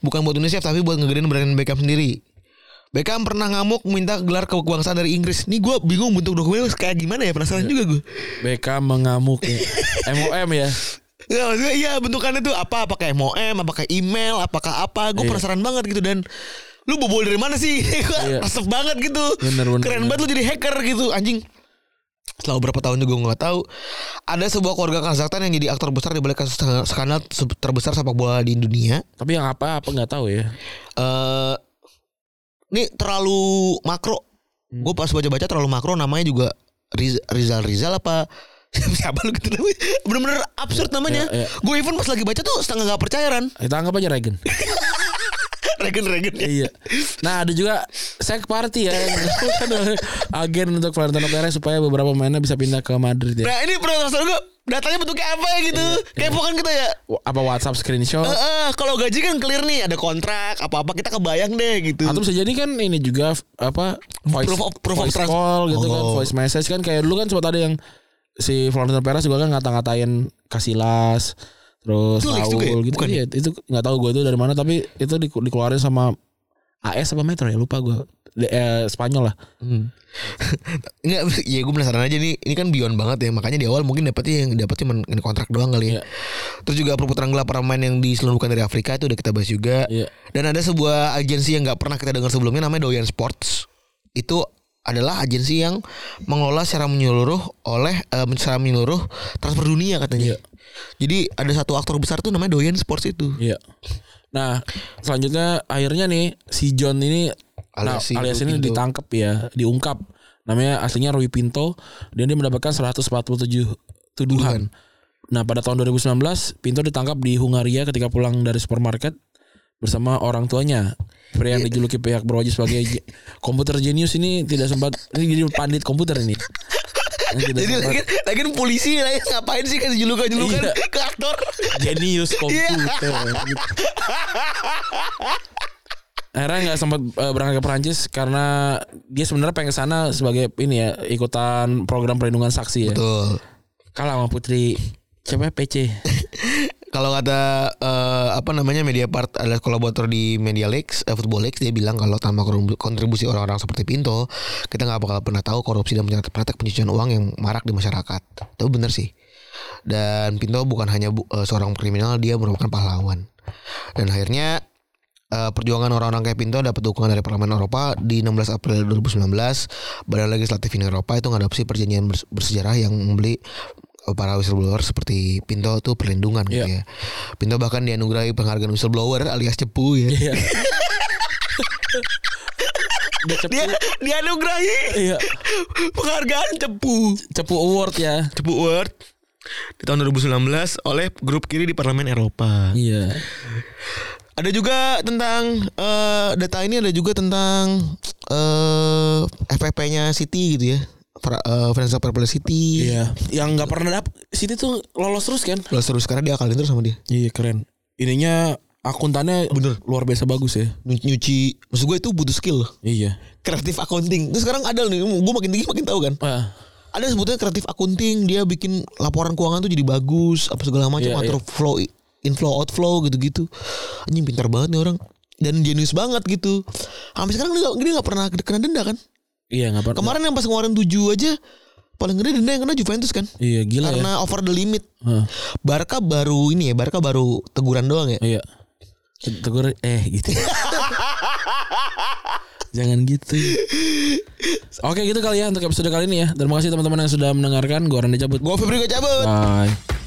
Speaker 3: bukan buat UNICEF tapi buat ngegedein brand Beckham sendiri. Beckham pernah ngamuk minta gelar kebangsaan dari Inggris. Nih gue bingung bentuk dokumennya kayak gimana ya penasaran juga gue.
Speaker 2: BK mengamuk ya. MOM ya.
Speaker 3: Ya maksudnya iya bentukannya tuh apa Apakah MOM Apakah email Apakah apa Gue
Speaker 2: Iya.
Speaker 3: penasaran banget gitu Dan Lu bobol dari mana sih Gue
Speaker 2: Iya.
Speaker 3: resep banget gitu
Speaker 2: Bener, bener,
Speaker 3: Keren
Speaker 2: bener.
Speaker 3: banget lu jadi hacker gitu Anjing Selama berapa tahun juga gue gak tahu Ada sebuah keluarga Kazakhstan yang jadi aktor besar di balik kasus skandal se- terbesar sepak bola di dunia
Speaker 2: Tapi yang apa apa nggak tahu ya.
Speaker 3: eh Ini terlalu makro Gue pas baca-baca terlalu makro Namanya juga Riz- Rizal Rizal apa Siapa lu gitu namanya Bener-bener absurd namanya
Speaker 2: iya.
Speaker 3: Gue even pas lagi baca tuh setengah gak percaya Ran
Speaker 2: Kita anggap aja Regen.
Speaker 3: Regen Regen ya.
Speaker 2: iya. Nah ada juga Sek Party ya. yang dilakukan oleh Agen untuk Florentino Perez supaya beberapa pemainnya bisa pindah ke Madrid ya.
Speaker 3: Nah ini penasaran gue Datanya bentuknya apa ya gitu Kepo kan kita ya
Speaker 2: Wa- Apa WhatsApp screenshot?
Speaker 3: Eh, eh, Kalau gaji kan clear nih Ada kontrak Apa-apa kita kebayang deh gitu
Speaker 2: Atau bisa jadi kan ini juga f- apa voice,
Speaker 3: Proof of- proof of
Speaker 2: voice
Speaker 3: trans-
Speaker 2: call gitu kan,
Speaker 3: Oh.
Speaker 2: voice message kan kayak dulu kan sempat ada yang si Florentino Perez juga kan ngata-ngatain Casillas terus
Speaker 3: Itu Lex
Speaker 2: Raul
Speaker 3: juga ya?
Speaker 2: gitu
Speaker 3: Bukan
Speaker 2: Iya, itu nggak tahu gue itu dari mana tapi itu di- dikeluarin sama AS apa Metro ya lupa gue eh, Spanyol lah
Speaker 3: Nggak, ya gue penasaran aja nih. Ini kan beyond banget ya. Makanya di awal mungkin dapetnya yang dapat cuma kontrak doang kali ya.
Speaker 2: Iya.
Speaker 3: Terus juga perputaran gelap para pemain yang diselundupkan dari Afrika itu udah kita bahas juga.
Speaker 2: Iya.
Speaker 3: Dan ada sebuah agensi yang nggak pernah kita dengar sebelumnya namanya Doyan Sports. Itu adalah agensi yang mengelola secara menyeluruh oleh eh, secara menyeluruh transfer dunia katanya. Jadi ada satu aktor besar tuh namanya Doyan Sports itu.
Speaker 2: Iya. Nah, selanjutnya akhirnya nih si John ini nah, alias,
Speaker 3: Alias si
Speaker 2: ini
Speaker 3: Rui Pinto.
Speaker 2: ditangkap ya, diungkap. Namanya aslinya Rui Pinto dan dia mendapatkan 147 tuduhan. Nah, pada tahun 2019 Pinto ditangkap di Hungaria ketika pulang dari supermarket bersama orang tuanya. Pria yang dijuluki pihak berwajib sebagai j- komputer genius ini tidak sempat ini jadi pandit komputer ini. Ini tidak
Speaker 3: Jadi
Speaker 2: sempat-
Speaker 3: lagi, lagi polisi lagi ngapain sih kan julukan-julukan
Speaker 2: Iya.
Speaker 3: ke aktor?
Speaker 2: Genius komputer. gitu. Akhirnya nggak sempat eh, berangkat ke Perancis karena dia sebenarnya pengen ke sana sebagai ini ya ikutan program perlindungan saksi ya.
Speaker 3: Betul.
Speaker 2: Kalah sama Putri siapa ya? PC.
Speaker 3: kalau kata eh, apa namanya media part adalah kolaborator di Media Leaks, eh, Football Leaks dia bilang kalau tanpa korum- kontribusi orang-orang seperti Pinto, kita nggak bakal pernah tahu korupsi dan praktek- praktek pencucian uang yang marak di masyarakat. Itu bener sih. Dan Pinto bukan hanya bu- eh, seorang kriminal, dia merupakan pahlawan. Dan akhirnya eh, perjuangan orang-orang kayak Pinto dapat dukungan dari Parlemen Eropa di 16 April 2019 Badan Legislatif Uni Eropa itu mengadopsi perjanjian bers- bersejarah yang membeli eh, para whistleblower seperti Pinto itu perlindungan gitu ya. Pinto bahkan dianugerahi penghargaan whistleblower alias cepu ya.
Speaker 2: Iya. Dia cepu,
Speaker 3: dianugerahi
Speaker 2: iya.
Speaker 3: penghargaan cepu.
Speaker 2: cepu award ya.
Speaker 3: Cepu Award di tahun 2019 oleh grup kiri di Parlemen Eropa.
Speaker 2: Iya.
Speaker 3: Ada juga tentang eh, data ini ada juga tentang eh FFP-nya City gitu ya. Fra, eh, Financial Fair Play City.
Speaker 2: Iya. Yang nggak pernah dapet Siti tuh lolos terus kan?
Speaker 3: Lalu terus karena dia akalin terus sama dia.
Speaker 2: Iya keren. Ininya akuntannya
Speaker 3: Bener.
Speaker 2: luar biasa bagus ya.
Speaker 3: Nyu- Nyuci maksud gue itu butuh skill loh.
Speaker 2: Iya.
Speaker 3: Kreatif accounting. Terus sekarang ada nih, gue makin tinggi makin tahu kan.
Speaker 2: Ah.
Speaker 3: Ada sebutnya kreatif accounting, dia bikin laporan keuangan tuh jadi bagus, apa segala macam,
Speaker 2: Iya,
Speaker 3: atur flow inflow outflow gitu-gitu. Anjing pintar banget nih orang dan jenius banget gitu. Sampai sekarang dia, nggak- dia gak pernah kena denda kan?
Speaker 2: Iya nggak pernah.
Speaker 3: Kemarin yang pas ngeluarin 7 aja paling gede denda yang kena Juventus kan.
Speaker 2: Iya gila ya.
Speaker 3: Karena over the limit.
Speaker 2: Hah.
Speaker 3: Barca baru ini ya, Barca baru teguran doang ya.
Speaker 2: Iya. Tegur eh gitu. Jangan gitu. Oke gitu kali ya untuk episode kali ini ya. Terima kasih teman-teman yang sudah mendengarkan. Gua Randa cabut.
Speaker 3: Gue Febri gak cabut.
Speaker 2: Bye.